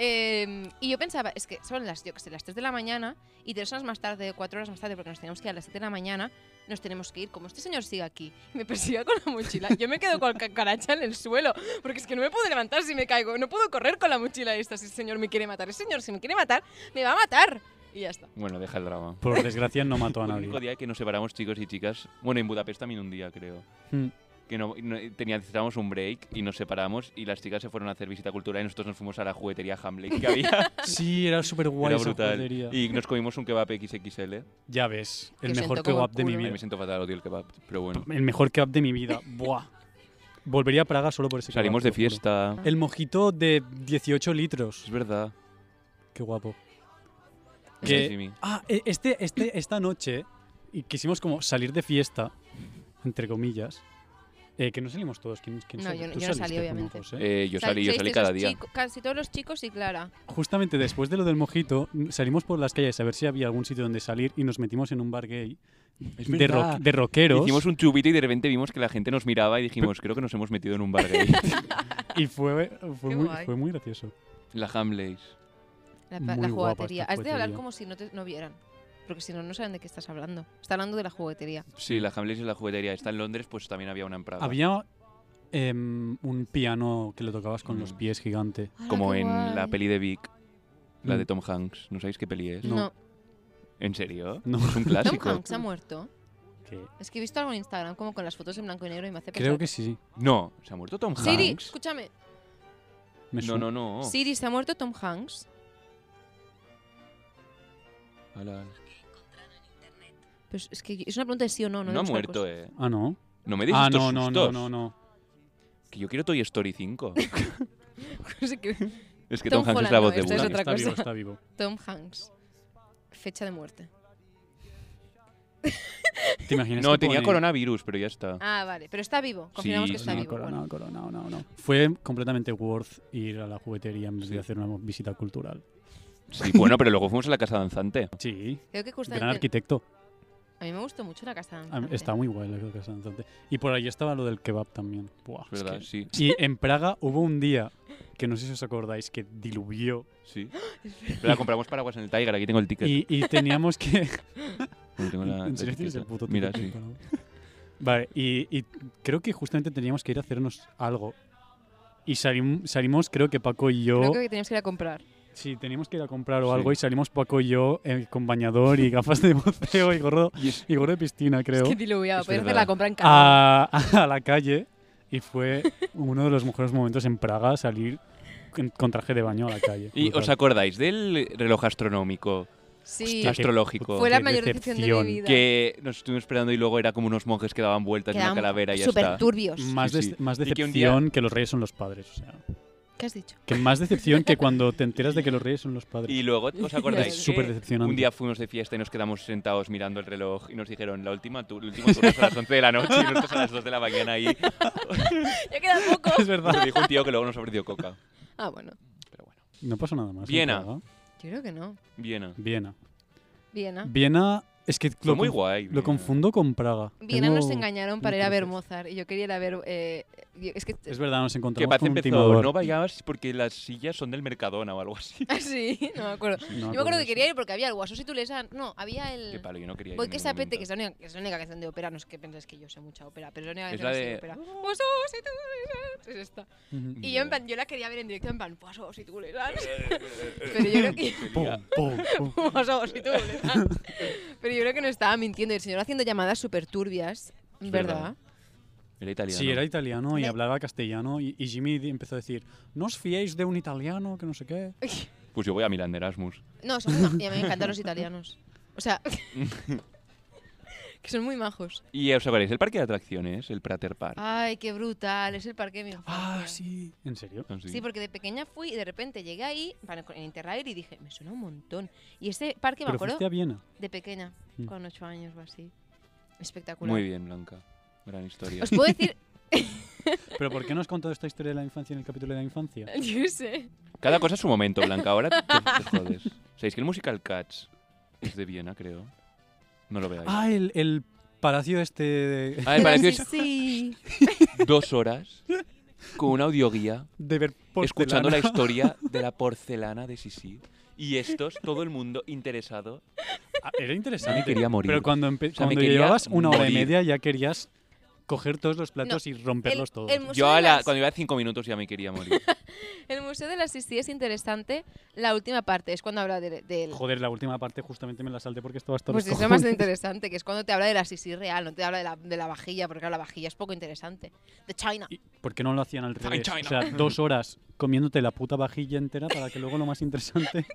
[SPEAKER 3] Eh, y yo pensaba, es que son las, yo qué sé, las 3 de la mañana y 3 horas más tarde, 4 horas más tarde, porque nos teníamos que ir a las 7 de la mañana, nos tenemos que ir. Como este señor sigue aquí,
[SPEAKER 4] me persiga con la mochila. Yo me quedo con la cucaracha en el suelo. Porque es que no me puedo levantar si me caigo. No puedo correr con la mochila esta si el señor me quiere matar. El señor, si me quiere matar, me va a matar. Y ya está.
[SPEAKER 1] Bueno, deja el drama.
[SPEAKER 2] Por desgracia no mató a
[SPEAKER 1] El único
[SPEAKER 2] nadie.
[SPEAKER 1] día que nos separamos chicos y chicas, bueno, en Budapest también un día creo,
[SPEAKER 2] Hmm.
[SPEAKER 1] que no, no- tenía- necesitábamos un break y nos separamos y las chicas se fueron a hacer visita cultural y nosotros nos fuimos a la juguetería Hamlet que había,
[SPEAKER 2] Sí, era súper guay
[SPEAKER 1] era
[SPEAKER 2] esa
[SPEAKER 1] brutal.
[SPEAKER 2] juguetería.
[SPEAKER 1] Y nos comimos un kebab XXL.
[SPEAKER 2] Ya ves, el
[SPEAKER 3] Yo
[SPEAKER 2] mejor
[SPEAKER 3] siento como
[SPEAKER 2] kebab de mi
[SPEAKER 3] culo.
[SPEAKER 1] Ay,
[SPEAKER 2] vida.
[SPEAKER 1] me siento fatal, odio el kebab, pero bueno.
[SPEAKER 2] El mejor kebab de mi vida. Buah. Volvería a Praga solo por ese kebab,
[SPEAKER 1] Salimos
[SPEAKER 2] te
[SPEAKER 1] de
[SPEAKER 2] lo juro.
[SPEAKER 1] fiesta.
[SPEAKER 2] El mojito de 18 litros.
[SPEAKER 1] Es verdad.
[SPEAKER 2] Qué guapo.
[SPEAKER 1] No
[SPEAKER 2] Que-
[SPEAKER 1] sé, Jimmy.
[SPEAKER 2] Ah, e- este, este, esta noche y quisimos como salir de fiesta, entre comillas. Eh, que no salimos todos. ¿Quién, quién
[SPEAKER 3] No,
[SPEAKER 2] salió?
[SPEAKER 3] yo no-
[SPEAKER 2] Tú
[SPEAKER 3] yo no salí,
[SPEAKER 2] saliste con
[SPEAKER 3] obviamente.
[SPEAKER 2] José.
[SPEAKER 1] Eh, yo salí, yo
[SPEAKER 3] Salisteis
[SPEAKER 1] salí
[SPEAKER 3] todos
[SPEAKER 1] cada día.
[SPEAKER 3] chico- casi todos los chicos y Clara.
[SPEAKER 2] Justamente después de lo del mojito, n- salimos por las calles a ver si había algún sitio donde salir y nos metimos en un bar gay de,
[SPEAKER 1] verdad.
[SPEAKER 2] rock- de rockeros.
[SPEAKER 1] Hicimos un chubito y de repente vimos que la gente nos miraba y dijimos, creo que nos hemos metido en un bar gay.
[SPEAKER 2] Y fue, fue,
[SPEAKER 3] Qué
[SPEAKER 2] muy,
[SPEAKER 3] guay.
[SPEAKER 2] fue muy gracioso.
[SPEAKER 1] la Hamleys.
[SPEAKER 3] La,
[SPEAKER 2] Muy
[SPEAKER 3] la
[SPEAKER 2] guapa
[SPEAKER 3] juguetería.
[SPEAKER 2] esta
[SPEAKER 3] Has de hablar
[SPEAKER 2] juguetería.
[SPEAKER 3] como si no te no vieran. Porque si no, no saben de qué estás hablando. Está hablando de la juguetería.
[SPEAKER 1] Sí, la Hamleys es la juguetería. Está en Londres, pues también había una en Praga.
[SPEAKER 2] Había em, un piano que lo tocabas con los
[SPEAKER 1] Mm.
[SPEAKER 2] pies gigante.
[SPEAKER 3] Ah,
[SPEAKER 1] Como en la
[SPEAKER 3] película
[SPEAKER 1] peli de Vic, la de
[SPEAKER 2] Mm.
[SPEAKER 1] Tom Hanks. ¿No sabéis qué peli es?
[SPEAKER 2] No.
[SPEAKER 3] No.
[SPEAKER 1] ¿En serio?
[SPEAKER 2] No.
[SPEAKER 1] Es un
[SPEAKER 3] Tom
[SPEAKER 1] clásico.
[SPEAKER 3] Hanks ha muerto. Es que he visto algo en Instagram, como con las fotos en blanco y negro y me hace pensar.
[SPEAKER 2] Creo que sí.
[SPEAKER 1] No, ¿se ha muerto Tom Hanks? Oh.
[SPEAKER 3] Siri, escúchame.
[SPEAKER 2] Me
[SPEAKER 1] No,
[SPEAKER 2] suena.
[SPEAKER 1] no, no.
[SPEAKER 3] Siri, ¿se ha muerto Tom Hanks?
[SPEAKER 1] Ala.
[SPEAKER 3] Pues es que es una pregunta de sí o no. No,
[SPEAKER 1] No ha
[SPEAKER 3] de
[SPEAKER 1] muerto,
[SPEAKER 3] buscar
[SPEAKER 1] eh.
[SPEAKER 2] Ah, no.
[SPEAKER 1] No me deis
[SPEAKER 2] Ah,
[SPEAKER 1] estos
[SPEAKER 2] no, no, no,
[SPEAKER 1] sustos.
[SPEAKER 2] no, no.
[SPEAKER 1] Que yo quiero Toy Story 5.
[SPEAKER 3] cosas. Así que-
[SPEAKER 1] es que Tom, Hanks
[SPEAKER 3] Tom
[SPEAKER 1] es
[SPEAKER 3] Holland,
[SPEAKER 1] la
[SPEAKER 3] no,
[SPEAKER 1] voz de
[SPEAKER 3] esto es
[SPEAKER 1] Woody.
[SPEAKER 3] otra
[SPEAKER 2] está
[SPEAKER 3] cosa.
[SPEAKER 2] vivo, está vivo.
[SPEAKER 3] Tom Hanks. Fecha de muerte.
[SPEAKER 2] ¿Te imaginas
[SPEAKER 1] No,
[SPEAKER 2] que
[SPEAKER 1] tenía
[SPEAKER 2] pone-
[SPEAKER 1] coronavirus, pero ya está.
[SPEAKER 3] Ah, vale. Pero está vivo. Confirmamos
[SPEAKER 1] Sí,
[SPEAKER 3] que está
[SPEAKER 2] no,
[SPEAKER 3] vivo.
[SPEAKER 2] corona,
[SPEAKER 3] bueno.
[SPEAKER 2] corona, no, no. Fue completamente worth ir a la juguetería en vez
[SPEAKER 1] Sí.
[SPEAKER 2] de hacer una visita cultural.
[SPEAKER 1] Sí, bueno, pero luego fuimos a la casa danzante.
[SPEAKER 2] Sí,
[SPEAKER 3] Creo que
[SPEAKER 2] gran
[SPEAKER 3] justamente.
[SPEAKER 2] arquitecto.
[SPEAKER 3] A mí me gustó mucho la casa.
[SPEAKER 2] Ah,
[SPEAKER 3] danzante.
[SPEAKER 2] Está muy guay la casa danzante. Y por allí estaba lo del kebab también. Buah,
[SPEAKER 1] Es
[SPEAKER 2] es
[SPEAKER 1] verdad,
[SPEAKER 2] que-
[SPEAKER 1] sí.
[SPEAKER 2] Y en Praga hubo un día que no sé si os acordáis que diluvió
[SPEAKER 1] Sí. Pero la compramos paraguas en el Tiger, aquí tengo el ticket.
[SPEAKER 2] y, y teníamos que
[SPEAKER 1] Bueno, tengo la-
[SPEAKER 2] ¿En
[SPEAKER 1] la
[SPEAKER 2] serio tienes el
[SPEAKER 1] etiqueta.
[SPEAKER 2] puto
[SPEAKER 1] Mira,
[SPEAKER 2] ticket
[SPEAKER 1] sí.
[SPEAKER 2] preparado? Vale, y, y creo que justamente teníamos que ir a hacernos algo. Y salim- salimos, creo que Paco y yo.
[SPEAKER 3] Creo que teníamos que ir a comprar.
[SPEAKER 2] Sí, teníamos que ir a comprar o
[SPEAKER 1] Sí.
[SPEAKER 2] algo. Y salimos Paco y yo eh, con bañador y gafas de buceo y gorro,
[SPEAKER 1] Y es-
[SPEAKER 2] y gorro de piscina, creo. Ah,
[SPEAKER 4] Es que diluviado.
[SPEAKER 1] Es
[SPEAKER 4] Puedes hacer
[SPEAKER 1] verdad.
[SPEAKER 4] la compra en casa.
[SPEAKER 2] a, a la calle. Y fue uno de los mejores momentos en Praga salir en- con traje de baño a la calle.
[SPEAKER 1] ¿Y
[SPEAKER 2] Brutal.
[SPEAKER 1] os acordáis del reloj astronómico,
[SPEAKER 3] Sí.
[SPEAKER 2] Hostia, qué
[SPEAKER 1] astrológico?
[SPEAKER 3] Fue la
[SPEAKER 2] qué
[SPEAKER 3] mayor decepción de mi
[SPEAKER 2] decepción.
[SPEAKER 3] vida.
[SPEAKER 1] Que nos estuvimos esperando y luego era como unos monjes que daban vueltas en una
[SPEAKER 3] Quedaban
[SPEAKER 1] calavera y ya
[SPEAKER 3] súper
[SPEAKER 1] está.
[SPEAKER 3] turbios.
[SPEAKER 2] más,
[SPEAKER 1] Sí,
[SPEAKER 2] des-
[SPEAKER 1] sí.
[SPEAKER 2] más
[SPEAKER 1] Y que un
[SPEAKER 2] decepción
[SPEAKER 1] día-
[SPEAKER 2] que los reyes son los padres. O sea,
[SPEAKER 3] ¿Qué has dicho?
[SPEAKER 2] Que más decepción que cuando te enteras de que los reyes son los padres.
[SPEAKER 1] Y luego, ¿os acordáis?
[SPEAKER 2] Es súper
[SPEAKER 1] que
[SPEAKER 2] decepcionante.
[SPEAKER 1] un día fuimos de fiesta y nos quedamos sentados mirando el reloj y nos dijeron la última tu- el último turno es a las 11 de la noche y nosotros a las 2 de la mañana y
[SPEAKER 4] Ya queda poco.
[SPEAKER 2] Es verdad.
[SPEAKER 1] nos dijo un tío que luego nos ofreció coca.
[SPEAKER 4] Ah, bueno.
[SPEAKER 1] Pero bueno.
[SPEAKER 2] No pasa nada más.
[SPEAKER 1] Viena.
[SPEAKER 2] ¿no?
[SPEAKER 3] Yo creo que no.
[SPEAKER 1] Viena.
[SPEAKER 2] Viena.
[SPEAKER 4] Ah.
[SPEAKER 3] Viena.
[SPEAKER 2] Viena. Es que
[SPEAKER 1] Fue
[SPEAKER 2] lo,
[SPEAKER 1] muy
[SPEAKER 2] conf-
[SPEAKER 1] guay.
[SPEAKER 2] lo
[SPEAKER 1] Viena.
[SPEAKER 2] confundo con Praga.
[SPEAKER 3] Viena
[SPEAKER 2] Tengo-
[SPEAKER 3] nos engañaron para ir a ver
[SPEAKER 2] entonces.
[SPEAKER 3] Mozart y yo quería ir a ver... eh, yo- es que...
[SPEAKER 2] Es verdad, nos encontramos
[SPEAKER 1] Que Paz
[SPEAKER 2] con un
[SPEAKER 1] empezó,
[SPEAKER 2] timador.
[SPEAKER 1] no vayas porque las sillas son del Mercadona o algo así.
[SPEAKER 3] Ah, sí, no me acuerdo.
[SPEAKER 2] No
[SPEAKER 3] Yo me acuerdo
[SPEAKER 2] acuerdo
[SPEAKER 3] que quería ir porque había el Guasón y Tulesán. ah, No, había
[SPEAKER 1] Qué
[SPEAKER 3] el...
[SPEAKER 1] palo, yo no quería ir
[SPEAKER 3] Voy
[SPEAKER 1] en
[SPEAKER 3] que
[SPEAKER 1] ningún
[SPEAKER 3] sapete, que es
[SPEAKER 1] momento.
[SPEAKER 3] la, única, que es la única canción de ópera. No es que pensáis que yo sé mucha ópera, pero es la única
[SPEAKER 1] Es
[SPEAKER 3] canción
[SPEAKER 1] la
[SPEAKER 3] así de
[SPEAKER 1] de-
[SPEAKER 3] ópera. Guasón y Tulesán. ah, Es esta.
[SPEAKER 2] Ujú.
[SPEAKER 3] Y yo, en
[SPEAKER 1] Ya.
[SPEAKER 3] plan, yo la quería ver en directo en plan, Guasón y Tulesán. Pero yo creo que...
[SPEAKER 2] Pum, pum, pum.
[SPEAKER 3] Guasón y Tulesán. ah. Pero yo creo que no estaba mintiendo. Y el señor haciendo llamadas súper turbias.
[SPEAKER 1] Es
[SPEAKER 3] ¿Verdad?
[SPEAKER 1] verdad. Era italiano.
[SPEAKER 2] Sí, era italiano y
[SPEAKER 3] Me-
[SPEAKER 2] hablaba castellano y, y Jimmy di- empezó a decir, no os fiéis de un italiano, que no sé qué.
[SPEAKER 1] Pues yo voy a Milán de Erasmus.
[SPEAKER 3] No, son una- y a mí me encantan los italianos. O sea, que son muy majos.
[SPEAKER 1] ¿Y os acordáis del parque de atracciones? El Prater Park.
[SPEAKER 3] Ay, qué brutal, es el parque de mi
[SPEAKER 2] Ah,
[SPEAKER 3] infancia.
[SPEAKER 2] sí. ¿En serio?
[SPEAKER 1] Ah, sí.
[SPEAKER 3] Sí, porque de pequeña fui y de repente llegué ahí, bueno, con- en Interrail, y dije, me suena un montón. Y este parque me
[SPEAKER 2] Pero
[SPEAKER 3] acuerdo
[SPEAKER 2] fuiste a Viena.
[SPEAKER 3] de pequeña,
[SPEAKER 2] Mm.
[SPEAKER 3] con ocho años o así. Espectacular.
[SPEAKER 1] Muy bien, Blanca. Gran historia.
[SPEAKER 3] Os puedo decir,
[SPEAKER 2] ¿Pero por qué no has contado esta historia de la infancia en el capítulo de la infancia?
[SPEAKER 3] Eh,
[SPEAKER 4] Yo sé.
[SPEAKER 1] Cada cosa es su momento, Blanca. Ahora te, te jodes. ¿Sabéis que el musical Cats es de Viena, creo? No lo veáis.
[SPEAKER 2] Ah, el, el palacio este... de-
[SPEAKER 1] Ah, me pareció
[SPEAKER 3] sí, sí.
[SPEAKER 1] dos horas con una audioguía
[SPEAKER 2] de ver
[SPEAKER 1] escuchando
[SPEAKER 2] porcelana.
[SPEAKER 1] la historia de la porcelana de Sisi. Y estos, todo el mundo interesado.
[SPEAKER 2] Ah, Era interesante.
[SPEAKER 1] Me quería morir.
[SPEAKER 2] Pero cuando, empe-
[SPEAKER 1] sea,
[SPEAKER 2] cuando
[SPEAKER 1] me quería
[SPEAKER 2] llevabas una hora y
[SPEAKER 1] morir.
[SPEAKER 2] media ya querías coger todos los platos y
[SPEAKER 3] El,
[SPEAKER 2] romperlos todos.
[SPEAKER 3] el museo
[SPEAKER 1] Yo a
[SPEAKER 3] de
[SPEAKER 1] la-
[SPEAKER 3] las-
[SPEAKER 1] cuando iba a cinco minutos ya me quería morir.
[SPEAKER 3] el Museo de las Sistías es interesante. La última parte es cuando habla de- del,
[SPEAKER 2] Joder, la última parte justamente me la salté porque estaba hasta
[SPEAKER 3] Pues
[SPEAKER 2] los
[SPEAKER 3] es lo más
[SPEAKER 2] cojones.
[SPEAKER 3] interesante, que es cuando te habla de la sisi real, no te habla de la, de la vajilla, porque claro, la vajilla es poco interesante. De China.
[SPEAKER 2] ¿Y ¿Por qué no lo hacían al revés?
[SPEAKER 1] China.
[SPEAKER 2] O sea, dos horas comiéndote la puta vajilla entera para que luego lo más interesante...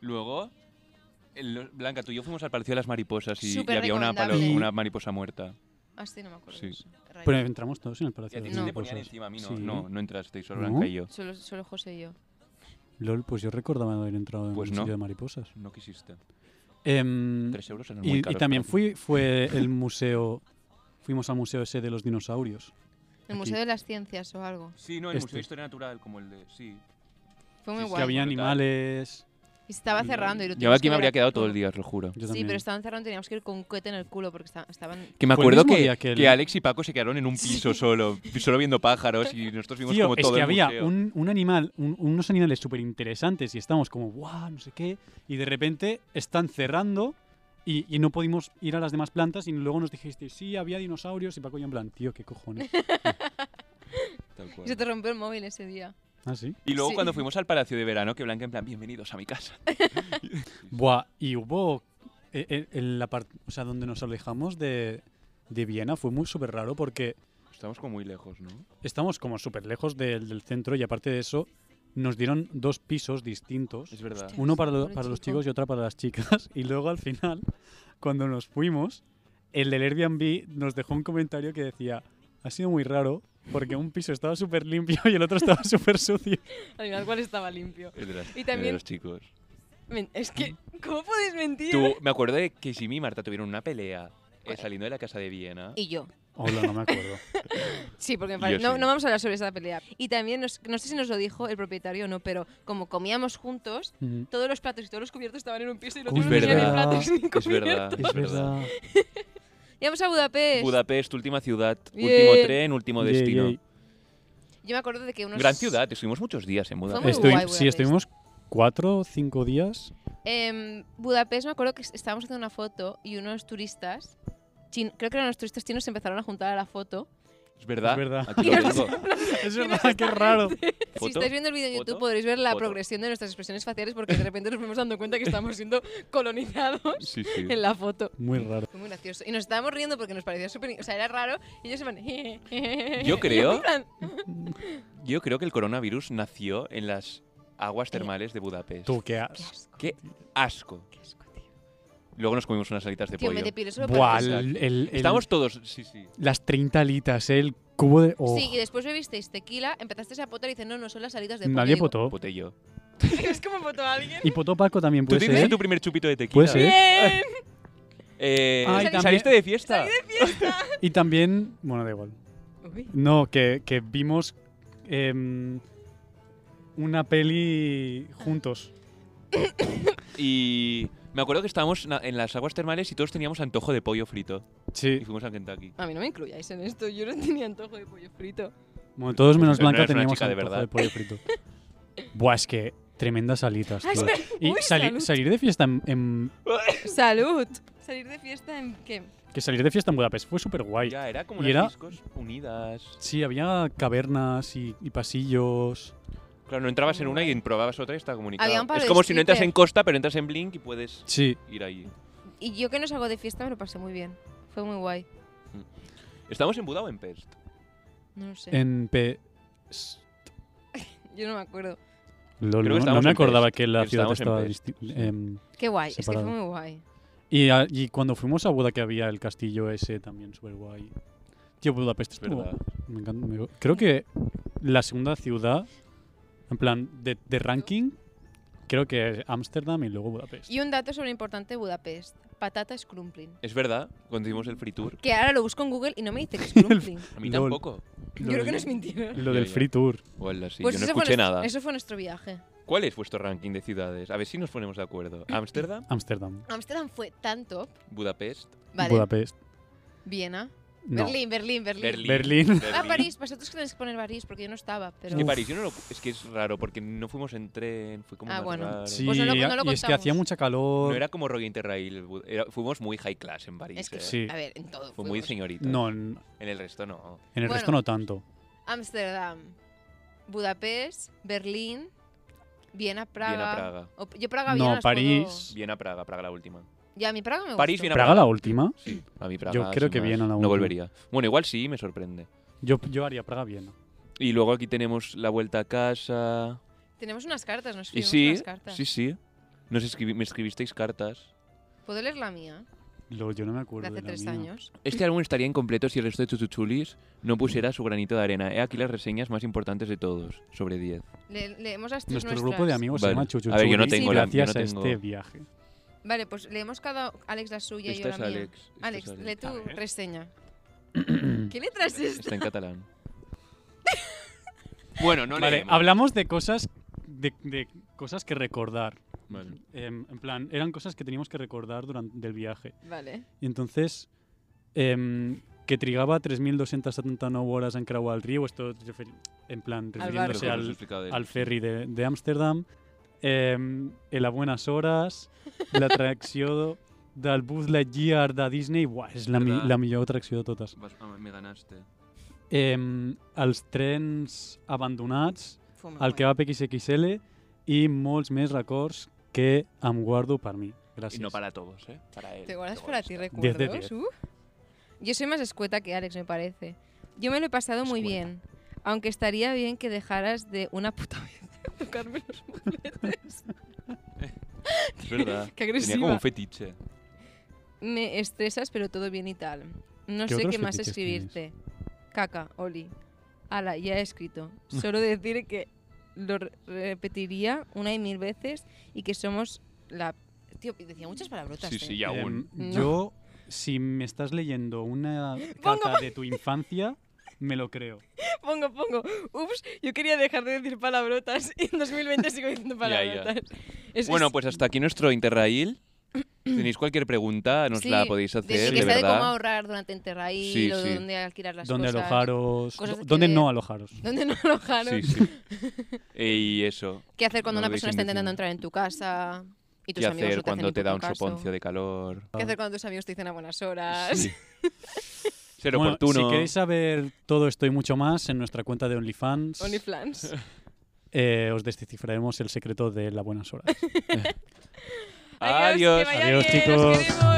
[SPEAKER 1] Luego, el- Blanca, tú y yo fuimos al Palacio de las Mariposas y, y
[SPEAKER 3] Súper
[SPEAKER 1] había una, palo-
[SPEAKER 3] recomendable.
[SPEAKER 1] una mariposa muerta.
[SPEAKER 3] Ah, sí, no me acuerdo.
[SPEAKER 1] Sí.
[SPEAKER 3] de eso. Rayos.
[SPEAKER 2] Pero entramos todos en el
[SPEAKER 1] Y a
[SPEAKER 2] palacio.
[SPEAKER 1] ti
[SPEAKER 2] de
[SPEAKER 1] sí
[SPEAKER 2] las
[SPEAKER 1] te ponían
[SPEAKER 2] Mariposas.
[SPEAKER 1] encima a mí, ¿no?
[SPEAKER 2] Sí.
[SPEAKER 1] No, no entrasteis, solo
[SPEAKER 2] ¿No?
[SPEAKER 1] Blanca y yo.
[SPEAKER 3] Solo, solo José y yo.
[SPEAKER 2] Lol, pues yo recordaba haber entrado en
[SPEAKER 1] Pues
[SPEAKER 2] un
[SPEAKER 1] no.
[SPEAKER 2] sitio de mariposas.
[SPEAKER 1] No quisiste.
[SPEAKER 2] Em,
[SPEAKER 1] Tres euros eran muy
[SPEAKER 2] y, y
[SPEAKER 1] caros
[SPEAKER 2] también
[SPEAKER 1] para ti.
[SPEAKER 2] fui, fue el museo... Fuimos al museo ese de los dinosaurios. Aquí.
[SPEAKER 3] El Museo de las Ciencias o algo.
[SPEAKER 1] Sí, no, el
[SPEAKER 2] Este.
[SPEAKER 1] Museo de Historia Natural, como el de... Sí.
[SPEAKER 3] Fue muy
[SPEAKER 1] Sí, sí,
[SPEAKER 2] Que
[SPEAKER 3] guay.
[SPEAKER 1] Brutal.
[SPEAKER 2] había animales...
[SPEAKER 3] Y se estaba cerrando. Y lo
[SPEAKER 1] Yo
[SPEAKER 3] tuvimos
[SPEAKER 1] aquí
[SPEAKER 3] que
[SPEAKER 1] me
[SPEAKER 3] ver
[SPEAKER 1] habría
[SPEAKER 3] a-
[SPEAKER 1] quedado todo el día, os lo juro.
[SPEAKER 2] Yo
[SPEAKER 3] Sí,
[SPEAKER 2] también.
[SPEAKER 3] pero estaban cerrando, teníamos que ir con un cohete en el culo porque esta- estaban...
[SPEAKER 1] Que me
[SPEAKER 2] Fue el
[SPEAKER 1] acuerdo
[SPEAKER 2] mismo
[SPEAKER 1] que,
[SPEAKER 2] día que
[SPEAKER 1] que,
[SPEAKER 2] el-
[SPEAKER 1] Alex y Paco se quedaron en un piso solo, solo viendo pájaros y nosotros vimos
[SPEAKER 2] Tío,
[SPEAKER 1] como
[SPEAKER 2] es
[SPEAKER 1] todo
[SPEAKER 2] que
[SPEAKER 1] el
[SPEAKER 2] había
[SPEAKER 1] museo.
[SPEAKER 2] un, un animal, un- unos animales súper interesantes y estamos como, guau, no sé qué, y de repente están cerrando y, y no pudimos ir a las demás plantas y luego nos dijisteis, sí, había dinosaurios y Paco ya en plan, tío, qué cojones.
[SPEAKER 1] Tal cual.
[SPEAKER 3] Y se te rompió el móvil ese día.
[SPEAKER 2] ¿Ah, sí?
[SPEAKER 1] Y luego
[SPEAKER 3] Sí.
[SPEAKER 1] cuando fuimos al Palacio de Verano, que Blanca en plan, bienvenidos a mi casa.
[SPEAKER 2] Buah, y hubo, eh, eh, en la parte, o sea, donde nos alejamos de, de Viena fue muy súper raro porque
[SPEAKER 1] Estamos como muy lejos, ¿no?
[SPEAKER 2] estamos como súper lejos del, del centro y aparte de eso nos dieron dos pisos distintos.
[SPEAKER 1] Es verdad.
[SPEAKER 3] Hostia.
[SPEAKER 2] Uno para, lo-
[SPEAKER 3] Pobre
[SPEAKER 2] para los
[SPEAKER 3] chico.
[SPEAKER 2] chicos y otra para las chicas. Y luego al final, cuando nos fuimos, el del Airbnb nos dejó un comentario que decía, ha sido muy raro porque un piso estaba súper limpio y el otro estaba súper sucio.
[SPEAKER 4] Al final, ¿cuál estaba limpio?
[SPEAKER 1] El de las-
[SPEAKER 4] Y
[SPEAKER 1] el de
[SPEAKER 4] también-
[SPEAKER 1] los chicos.
[SPEAKER 4] Men- Es que, ¿cómo podéis mentir?
[SPEAKER 1] Mm. Tú, me acuerdo de que Jimmy y Marta tuvieron una pelea eh, saliendo de la casa de Viena.
[SPEAKER 3] Y yo.
[SPEAKER 2] Hola, no me acuerdo.
[SPEAKER 4] Sí, porque me
[SPEAKER 1] Yo
[SPEAKER 4] pare- no,
[SPEAKER 1] sí.
[SPEAKER 4] no vamos a hablar sobre esa pelea.
[SPEAKER 3] Y también, nos- no sé si nos lo dijo el propietario o no, pero como comíamos juntos,
[SPEAKER 2] Mm.
[SPEAKER 3] todos los platos y todos los cubiertos estaban en un piso y los
[SPEAKER 2] Es
[SPEAKER 3] otros no tenían ni
[SPEAKER 1] verdad.
[SPEAKER 3] platos ni
[SPEAKER 1] Es
[SPEAKER 3] cubiertos.
[SPEAKER 1] verdad,
[SPEAKER 2] es verdad.
[SPEAKER 3] Íbamos a Budapest.
[SPEAKER 1] Budapest, última ciudad,
[SPEAKER 3] Bien.
[SPEAKER 1] último tren, último
[SPEAKER 2] Yay,
[SPEAKER 1] destino.
[SPEAKER 2] yay.
[SPEAKER 3] Yo me acuerdo de que unos...
[SPEAKER 1] Gran ciudad, estuvimos muchos días en Budapest.
[SPEAKER 3] muy
[SPEAKER 2] Estoy-
[SPEAKER 3] guay
[SPEAKER 2] sí,
[SPEAKER 3] Budapest.
[SPEAKER 2] estuvimos cuatro o cinco días.
[SPEAKER 3] En em, Budapest me acuerdo que es- estábamos haciendo una foto y unos turistas, chin- creo que eran los turistas chinos, se empezaron a juntar a la foto.
[SPEAKER 1] Es verdad.
[SPEAKER 2] Es verdad.
[SPEAKER 1] Aquí lo tengo.
[SPEAKER 2] Es verdad, qué raro.
[SPEAKER 3] Si
[SPEAKER 1] Foto.
[SPEAKER 3] estáis viendo el vídeo en
[SPEAKER 1] foto,
[SPEAKER 3] YouTube podréis ver la
[SPEAKER 1] foto.
[SPEAKER 3] progresión de nuestras expresiones faciales porque de repente nos fuimos dando cuenta que estábamos siendo colonizados
[SPEAKER 1] Sí, sí.
[SPEAKER 3] en la foto.
[SPEAKER 2] Muy raro.
[SPEAKER 3] Fue muy gracioso. Y nos estábamos riendo porque nos parecía súper... O sea, era raro y ellos se van...
[SPEAKER 1] Yo
[SPEAKER 3] En
[SPEAKER 1] creo,
[SPEAKER 3] plan,
[SPEAKER 1] yo creo que el coronavirus nació en las aguas termales de Budapest.
[SPEAKER 2] Tú, qué
[SPEAKER 3] Qué
[SPEAKER 2] has...
[SPEAKER 3] asco,
[SPEAKER 1] Qué asco.
[SPEAKER 3] qué asco, tío.
[SPEAKER 1] Luego nos comimos unas alitas de
[SPEAKER 3] Tío, me
[SPEAKER 1] pollo.
[SPEAKER 3] depilé solo
[SPEAKER 2] Buah,
[SPEAKER 3] para
[SPEAKER 2] el-
[SPEAKER 3] eso.
[SPEAKER 2] el- el-
[SPEAKER 1] Estábamos todos, sí, sí.
[SPEAKER 2] las 30 alitas, ¿eh? el cubo de. oh,
[SPEAKER 3] Sí, y después bebisteis tequila, empezasteis a potar y dicen, no, no, son las salidas de
[SPEAKER 2] nadie
[SPEAKER 3] pote".
[SPEAKER 2] potó.
[SPEAKER 1] Botello.
[SPEAKER 4] ¿Es como votó alguien?
[SPEAKER 2] Y potó Paco también,
[SPEAKER 1] Pues ¿Tú
[SPEAKER 2] puede
[SPEAKER 1] tienes
[SPEAKER 2] ser. ¿eh?
[SPEAKER 1] tu primer chupito de tequila?
[SPEAKER 2] Puede ser.
[SPEAKER 4] ¡Bien!
[SPEAKER 1] Eh,
[SPEAKER 2] Ay,
[SPEAKER 1] sal-
[SPEAKER 2] también-
[SPEAKER 1] ¿Saliste de fiesta?
[SPEAKER 2] Y también. Bueno, da igual.
[SPEAKER 4] Uy.
[SPEAKER 2] No, que, que vimos em, una peli juntos.
[SPEAKER 1] Y me acuerdo que estábamos na- en las aguas termales y todos teníamos antojo de pollo frito. Y
[SPEAKER 2] Sí.
[SPEAKER 1] fuimos a Kentucky.
[SPEAKER 4] A mí no me incluyáis en esto, yo no tenía antojo de pollo frito.
[SPEAKER 2] Bueno, todos menos
[SPEAKER 1] Pero no
[SPEAKER 2] Blanca
[SPEAKER 1] eres una
[SPEAKER 2] teníamos
[SPEAKER 1] chica de
[SPEAKER 2] antojo
[SPEAKER 1] verdad.
[SPEAKER 2] de pollo frito. Buah, es que tremendas alitas,
[SPEAKER 4] Ay,
[SPEAKER 2] tío.
[SPEAKER 4] espera.
[SPEAKER 2] Y
[SPEAKER 4] Uy,
[SPEAKER 2] sali-
[SPEAKER 4] salud.
[SPEAKER 2] salir de fiesta en, en-
[SPEAKER 4] ¡Salud! ¿Salir de fiesta en qué?
[SPEAKER 2] Que salir de fiesta en Budapest fue súper guay.
[SPEAKER 1] Ya, era como
[SPEAKER 2] Y
[SPEAKER 1] unas
[SPEAKER 2] era-
[SPEAKER 1] discos unidas.
[SPEAKER 2] Sí, había cavernas y, y pasillos.
[SPEAKER 1] Claro, no entrabas en una y probabas otra y estaba comunicado.
[SPEAKER 3] Había un par
[SPEAKER 1] es
[SPEAKER 3] de
[SPEAKER 1] como si no entras
[SPEAKER 3] strippers.
[SPEAKER 1] en Costa, pero entras en Blink y puedes
[SPEAKER 2] Sí.
[SPEAKER 1] ir ahí.
[SPEAKER 3] Y yo que no salgo de fiesta me lo pasé muy bien. Fue muy guay.
[SPEAKER 1] ¿Estamos en Buda o en Pest?
[SPEAKER 3] No lo sé.
[SPEAKER 1] Eh.
[SPEAKER 2] En P. s-
[SPEAKER 4] Yo no me acuerdo.
[SPEAKER 2] Lol,
[SPEAKER 1] que
[SPEAKER 2] no- no,
[SPEAKER 1] estábamos
[SPEAKER 2] me
[SPEAKER 1] en
[SPEAKER 2] acordaba
[SPEAKER 1] Pest.
[SPEAKER 2] que la
[SPEAKER 1] Creo que
[SPEAKER 2] ciudad estaba
[SPEAKER 1] estábamos en
[SPEAKER 2] disti- em,
[SPEAKER 3] Qué guay, es
[SPEAKER 2] Separado.
[SPEAKER 3] que fue muy guay.
[SPEAKER 2] Y, a- y cuando fuimos a Buda que había el castillo ese también súper guay. Tío, Budapest
[SPEAKER 1] Es
[SPEAKER 2] estuvo-
[SPEAKER 1] verdad.
[SPEAKER 2] Me encanta. me- creo que la segunda ciudad, en plan, de, de ranking, creo que es Ámsterdam y luego Budapest.
[SPEAKER 3] Y un dato sobre importante de Budapest. Patata scrumpling.
[SPEAKER 1] Es verdad, cuando hicimos el free tour.
[SPEAKER 3] Que ahora lo busco en Google y no me dice que scrumpling.
[SPEAKER 1] A mí
[SPEAKER 2] Lol.
[SPEAKER 1] tampoco.
[SPEAKER 4] Yo creo
[SPEAKER 2] Lo
[SPEAKER 4] que
[SPEAKER 2] del-
[SPEAKER 4] no es mentira.
[SPEAKER 2] Lo
[SPEAKER 1] Ya,
[SPEAKER 2] del
[SPEAKER 1] ya.
[SPEAKER 2] free tour.
[SPEAKER 1] Hola, sí,
[SPEAKER 3] Pues
[SPEAKER 1] yo no
[SPEAKER 3] ese fue
[SPEAKER 1] escuché
[SPEAKER 3] nuestro-
[SPEAKER 1] nada.
[SPEAKER 3] Eso fue nuestro viaje.
[SPEAKER 1] ¿Cuál es vuestro ranking de ciudades? A ver si nos ponemos de acuerdo. ¿Ámsterdam?
[SPEAKER 2] Ámsterdam.
[SPEAKER 3] Ámsterdam fue tan top.
[SPEAKER 1] ¿Budapest?
[SPEAKER 3] Vale.
[SPEAKER 2] Budapest.
[SPEAKER 3] Viena.
[SPEAKER 2] No.
[SPEAKER 3] Berlín, Berlín, Berlín.
[SPEAKER 1] ¿Berlín?
[SPEAKER 2] Berlín.
[SPEAKER 3] Ah, París. Vosotros que tenéis que poner París porque yo no estaba.
[SPEAKER 1] Es
[SPEAKER 3] Pero...
[SPEAKER 1] que París yo no lo- es que es raro porque no fuimos en tren, fue como
[SPEAKER 3] Ah,
[SPEAKER 1] más
[SPEAKER 3] bueno.
[SPEAKER 1] raro.
[SPEAKER 2] Sí,
[SPEAKER 3] Pues no lo- no lo
[SPEAKER 2] y es que
[SPEAKER 3] contamos.
[SPEAKER 2] hacía mucha calor.
[SPEAKER 1] No era como rollo Interrail, el bu- era- fuimos muy high class en París.
[SPEAKER 3] Es que
[SPEAKER 1] eh.
[SPEAKER 2] Sí.
[SPEAKER 3] A ver, en todo.
[SPEAKER 1] Fue muy
[SPEAKER 3] fuimos.
[SPEAKER 1] señorita.
[SPEAKER 2] No, en,
[SPEAKER 1] En el resto no.
[SPEAKER 2] en el
[SPEAKER 3] Bueno.
[SPEAKER 2] resto no tanto.
[SPEAKER 3] Ámsterdam, Budapest, Berlín, Viena, Praga.
[SPEAKER 1] Viena, Praga.
[SPEAKER 3] O- yo Praga, Viena.
[SPEAKER 2] No,
[SPEAKER 3] las
[SPEAKER 2] París.
[SPEAKER 1] Viena, Praga, Praga la última.
[SPEAKER 3] puedo- Ya, a mí Praga me
[SPEAKER 1] París,
[SPEAKER 3] gustó.
[SPEAKER 1] Viena,
[SPEAKER 2] Praga la última.
[SPEAKER 1] A mí Praga.
[SPEAKER 2] Yo creo
[SPEAKER 1] sin
[SPEAKER 2] que
[SPEAKER 1] más,
[SPEAKER 2] Viena la
[SPEAKER 1] No
[SPEAKER 2] última.
[SPEAKER 1] volvería. Bueno, igual sí, me sorprende.
[SPEAKER 2] Yo, yo haría Praga bien.
[SPEAKER 1] Y luego aquí tenemos la vuelta a casa.
[SPEAKER 3] Tenemos unas cartas, nos
[SPEAKER 1] Y
[SPEAKER 3] escribimos
[SPEAKER 1] sí,
[SPEAKER 3] unas cartas.
[SPEAKER 1] sí, sí. Nos escribi- me escribisteis cartas.
[SPEAKER 3] ¿Puedo leer la mía?
[SPEAKER 2] Lo, yo no me
[SPEAKER 3] De
[SPEAKER 2] acuerdo.
[SPEAKER 3] hace
[SPEAKER 2] la
[SPEAKER 3] tres
[SPEAKER 2] mía.
[SPEAKER 3] años.
[SPEAKER 1] Este álbum estaría incompleto si el resto de Chuchuchulis no pusiera su granito de arena. He aquí las reseñas más importantes de todos, sobre 10.
[SPEAKER 3] Le- leemos las tres
[SPEAKER 2] Nuestro
[SPEAKER 3] nuestras.
[SPEAKER 2] grupo de amigos
[SPEAKER 1] Vale.
[SPEAKER 2] se llama Chuchu
[SPEAKER 1] A ver, yo no
[SPEAKER 2] Chulis,
[SPEAKER 1] tengo la- yo
[SPEAKER 2] gracias
[SPEAKER 1] no
[SPEAKER 2] a
[SPEAKER 1] tengo-
[SPEAKER 2] este viaje.
[SPEAKER 3] Vale, pues leemos cada... Alex la suya y yo
[SPEAKER 1] Esta
[SPEAKER 3] la
[SPEAKER 1] es
[SPEAKER 3] mía.
[SPEAKER 1] Alex. esta es
[SPEAKER 3] Alex,
[SPEAKER 1] Alex.
[SPEAKER 3] lee tu
[SPEAKER 2] A ver.
[SPEAKER 3] reseña. ¿Qué letra es esta?
[SPEAKER 1] Está en catalán. bueno, no
[SPEAKER 2] Vale,
[SPEAKER 1] leemos.
[SPEAKER 2] hablamos de cosas, de, de cosas que recordar.
[SPEAKER 1] Vale.
[SPEAKER 2] Em, en plan, eran cosas que teníamos que recordar durante el viaje.
[SPEAKER 4] Vale.
[SPEAKER 2] Y entonces, em, que trigaba 3.279 horas en Crau al Río, esto es referi- en plan, refiriéndose
[SPEAKER 1] Mejor os lo he
[SPEAKER 2] al,
[SPEAKER 1] explicado él.
[SPEAKER 2] al ferry de de Ámsterdam, em, en las buenas horas, la atracció del Buzz Lightyear de Disney, buah, és la, mi,
[SPEAKER 1] Verdad.
[SPEAKER 2] la millor atracció de totes.
[SPEAKER 1] Vas- ah, Me ganaste.
[SPEAKER 2] Em, els trens abandonats,
[SPEAKER 4] Fue muy
[SPEAKER 2] el
[SPEAKER 4] guay.
[SPEAKER 2] que va PXXL i molts més records que em guardo per mi. Gràcies.
[SPEAKER 1] Y no para todos, ¿eh? Para él.
[SPEAKER 3] ¿Te guardas
[SPEAKER 1] Te
[SPEAKER 3] para ti
[SPEAKER 2] Diez
[SPEAKER 3] recuerdos?
[SPEAKER 2] de diez.
[SPEAKER 3] Uf. Yo soy más escueta que Alex, me parece. Yo me lo he pasado muy
[SPEAKER 2] Escueta.
[SPEAKER 3] bien. Aunque estaría bien que dejaras de una puta vez tocarme los moletes.
[SPEAKER 1] Es verdad. Tenía
[SPEAKER 4] Qué
[SPEAKER 1] como
[SPEAKER 4] agresiva.
[SPEAKER 1] un fetiche.
[SPEAKER 3] Me estresas, pero todo bien y tal. No
[SPEAKER 2] ¿Qué
[SPEAKER 3] sé
[SPEAKER 2] otros
[SPEAKER 3] qué más
[SPEAKER 2] fetiches
[SPEAKER 3] escribirte. Caca, Oli. Ala, ya he escrito. Solo decir que lo re- repetiría una y mil veces y que somos la... Tío, decía muchas palabrotas.
[SPEAKER 1] Sí,
[SPEAKER 3] ¿eh?
[SPEAKER 1] sí, y aún.
[SPEAKER 2] Em,
[SPEAKER 3] No.
[SPEAKER 2] Yo, si me estás leyendo una carta de tu infancia, me lo creo.
[SPEAKER 4] Pongo, pongo. Ups, yo quería dejar de decir palabrotas y en 2020 sigo diciendo
[SPEAKER 1] Ya, ya.
[SPEAKER 4] palabrotas. Es-
[SPEAKER 1] Bueno,
[SPEAKER 4] es-
[SPEAKER 1] pues hasta aquí nuestro Interrail. Si tenéis cualquier pregunta, nos
[SPEAKER 3] Sí,
[SPEAKER 1] la podéis
[SPEAKER 3] De,
[SPEAKER 1] hacer,
[SPEAKER 3] que
[SPEAKER 1] de
[SPEAKER 3] está de cómo
[SPEAKER 1] verdad.
[SPEAKER 3] ahorrar durante Interrail
[SPEAKER 1] Sí,
[SPEAKER 3] o
[SPEAKER 1] sí.
[SPEAKER 3] dónde alquilar las
[SPEAKER 2] ¿Dónde
[SPEAKER 3] cosas.
[SPEAKER 2] alojaros?
[SPEAKER 3] cosas de
[SPEAKER 2] ¿Dónde
[SPEAKER 3] que
[SPEAKER 2] no
[SPEAKER 3] ver.
[SPEAKER 2] alojaros?
[SPEAKER 3] ¿Dónde no alojaron?
[SPEAKER 1] Sí, sí. Eh, y eso.
[SPEAKER 3] ¿Qué hacer cuando
[SPEAKER 1] No
[SPEAKER 3] una
[SPEAKER 1] lo deis
[SPEAKER 3] persona está
[SPEAKER 1] indefinido.
[SPEAKER 3] intentando entrar en tu casa y tus
[SPEAKER 1] ¿Qué
[SPEAKER 3] amigos
[SPEAKER 1] hacer
[SPEAKER 3] no te hacen
[SPEAKER 1] cuando
[SPEAKER 3] ni
[SPEAKER 1] te da
[SPEAKER 3] puto
[SPEAKER 1] un
[SPEAKER 3] caso? Ah,
[SPEAKER 1] soponcio de calor?
[SPEAKER 3] ¿Qué hacer cuando tus amigos te dicen a buenas horas?
[SPEAKER 1] Sí. Ser
[SPEAKER 2] Bueno,
[SPEAKER 1] oportuno.
[SPEAKER 2] si queréis saber todo esto y mucho más en nuestra cuenta de OnlyFans,
[SPEAKER 4] OnlyFans.
[SPEAKER 2] eh, os descifraremos el secreto de las buenas horas.
[SPEAKER 1] Adiós.
[SPEAKER 4] que vaya
[SPEAKER 2] Adiós,
[SPEAKER 4] bien, os
[SPEAKER 2] chicos.
[SPEAKER 4] queremos.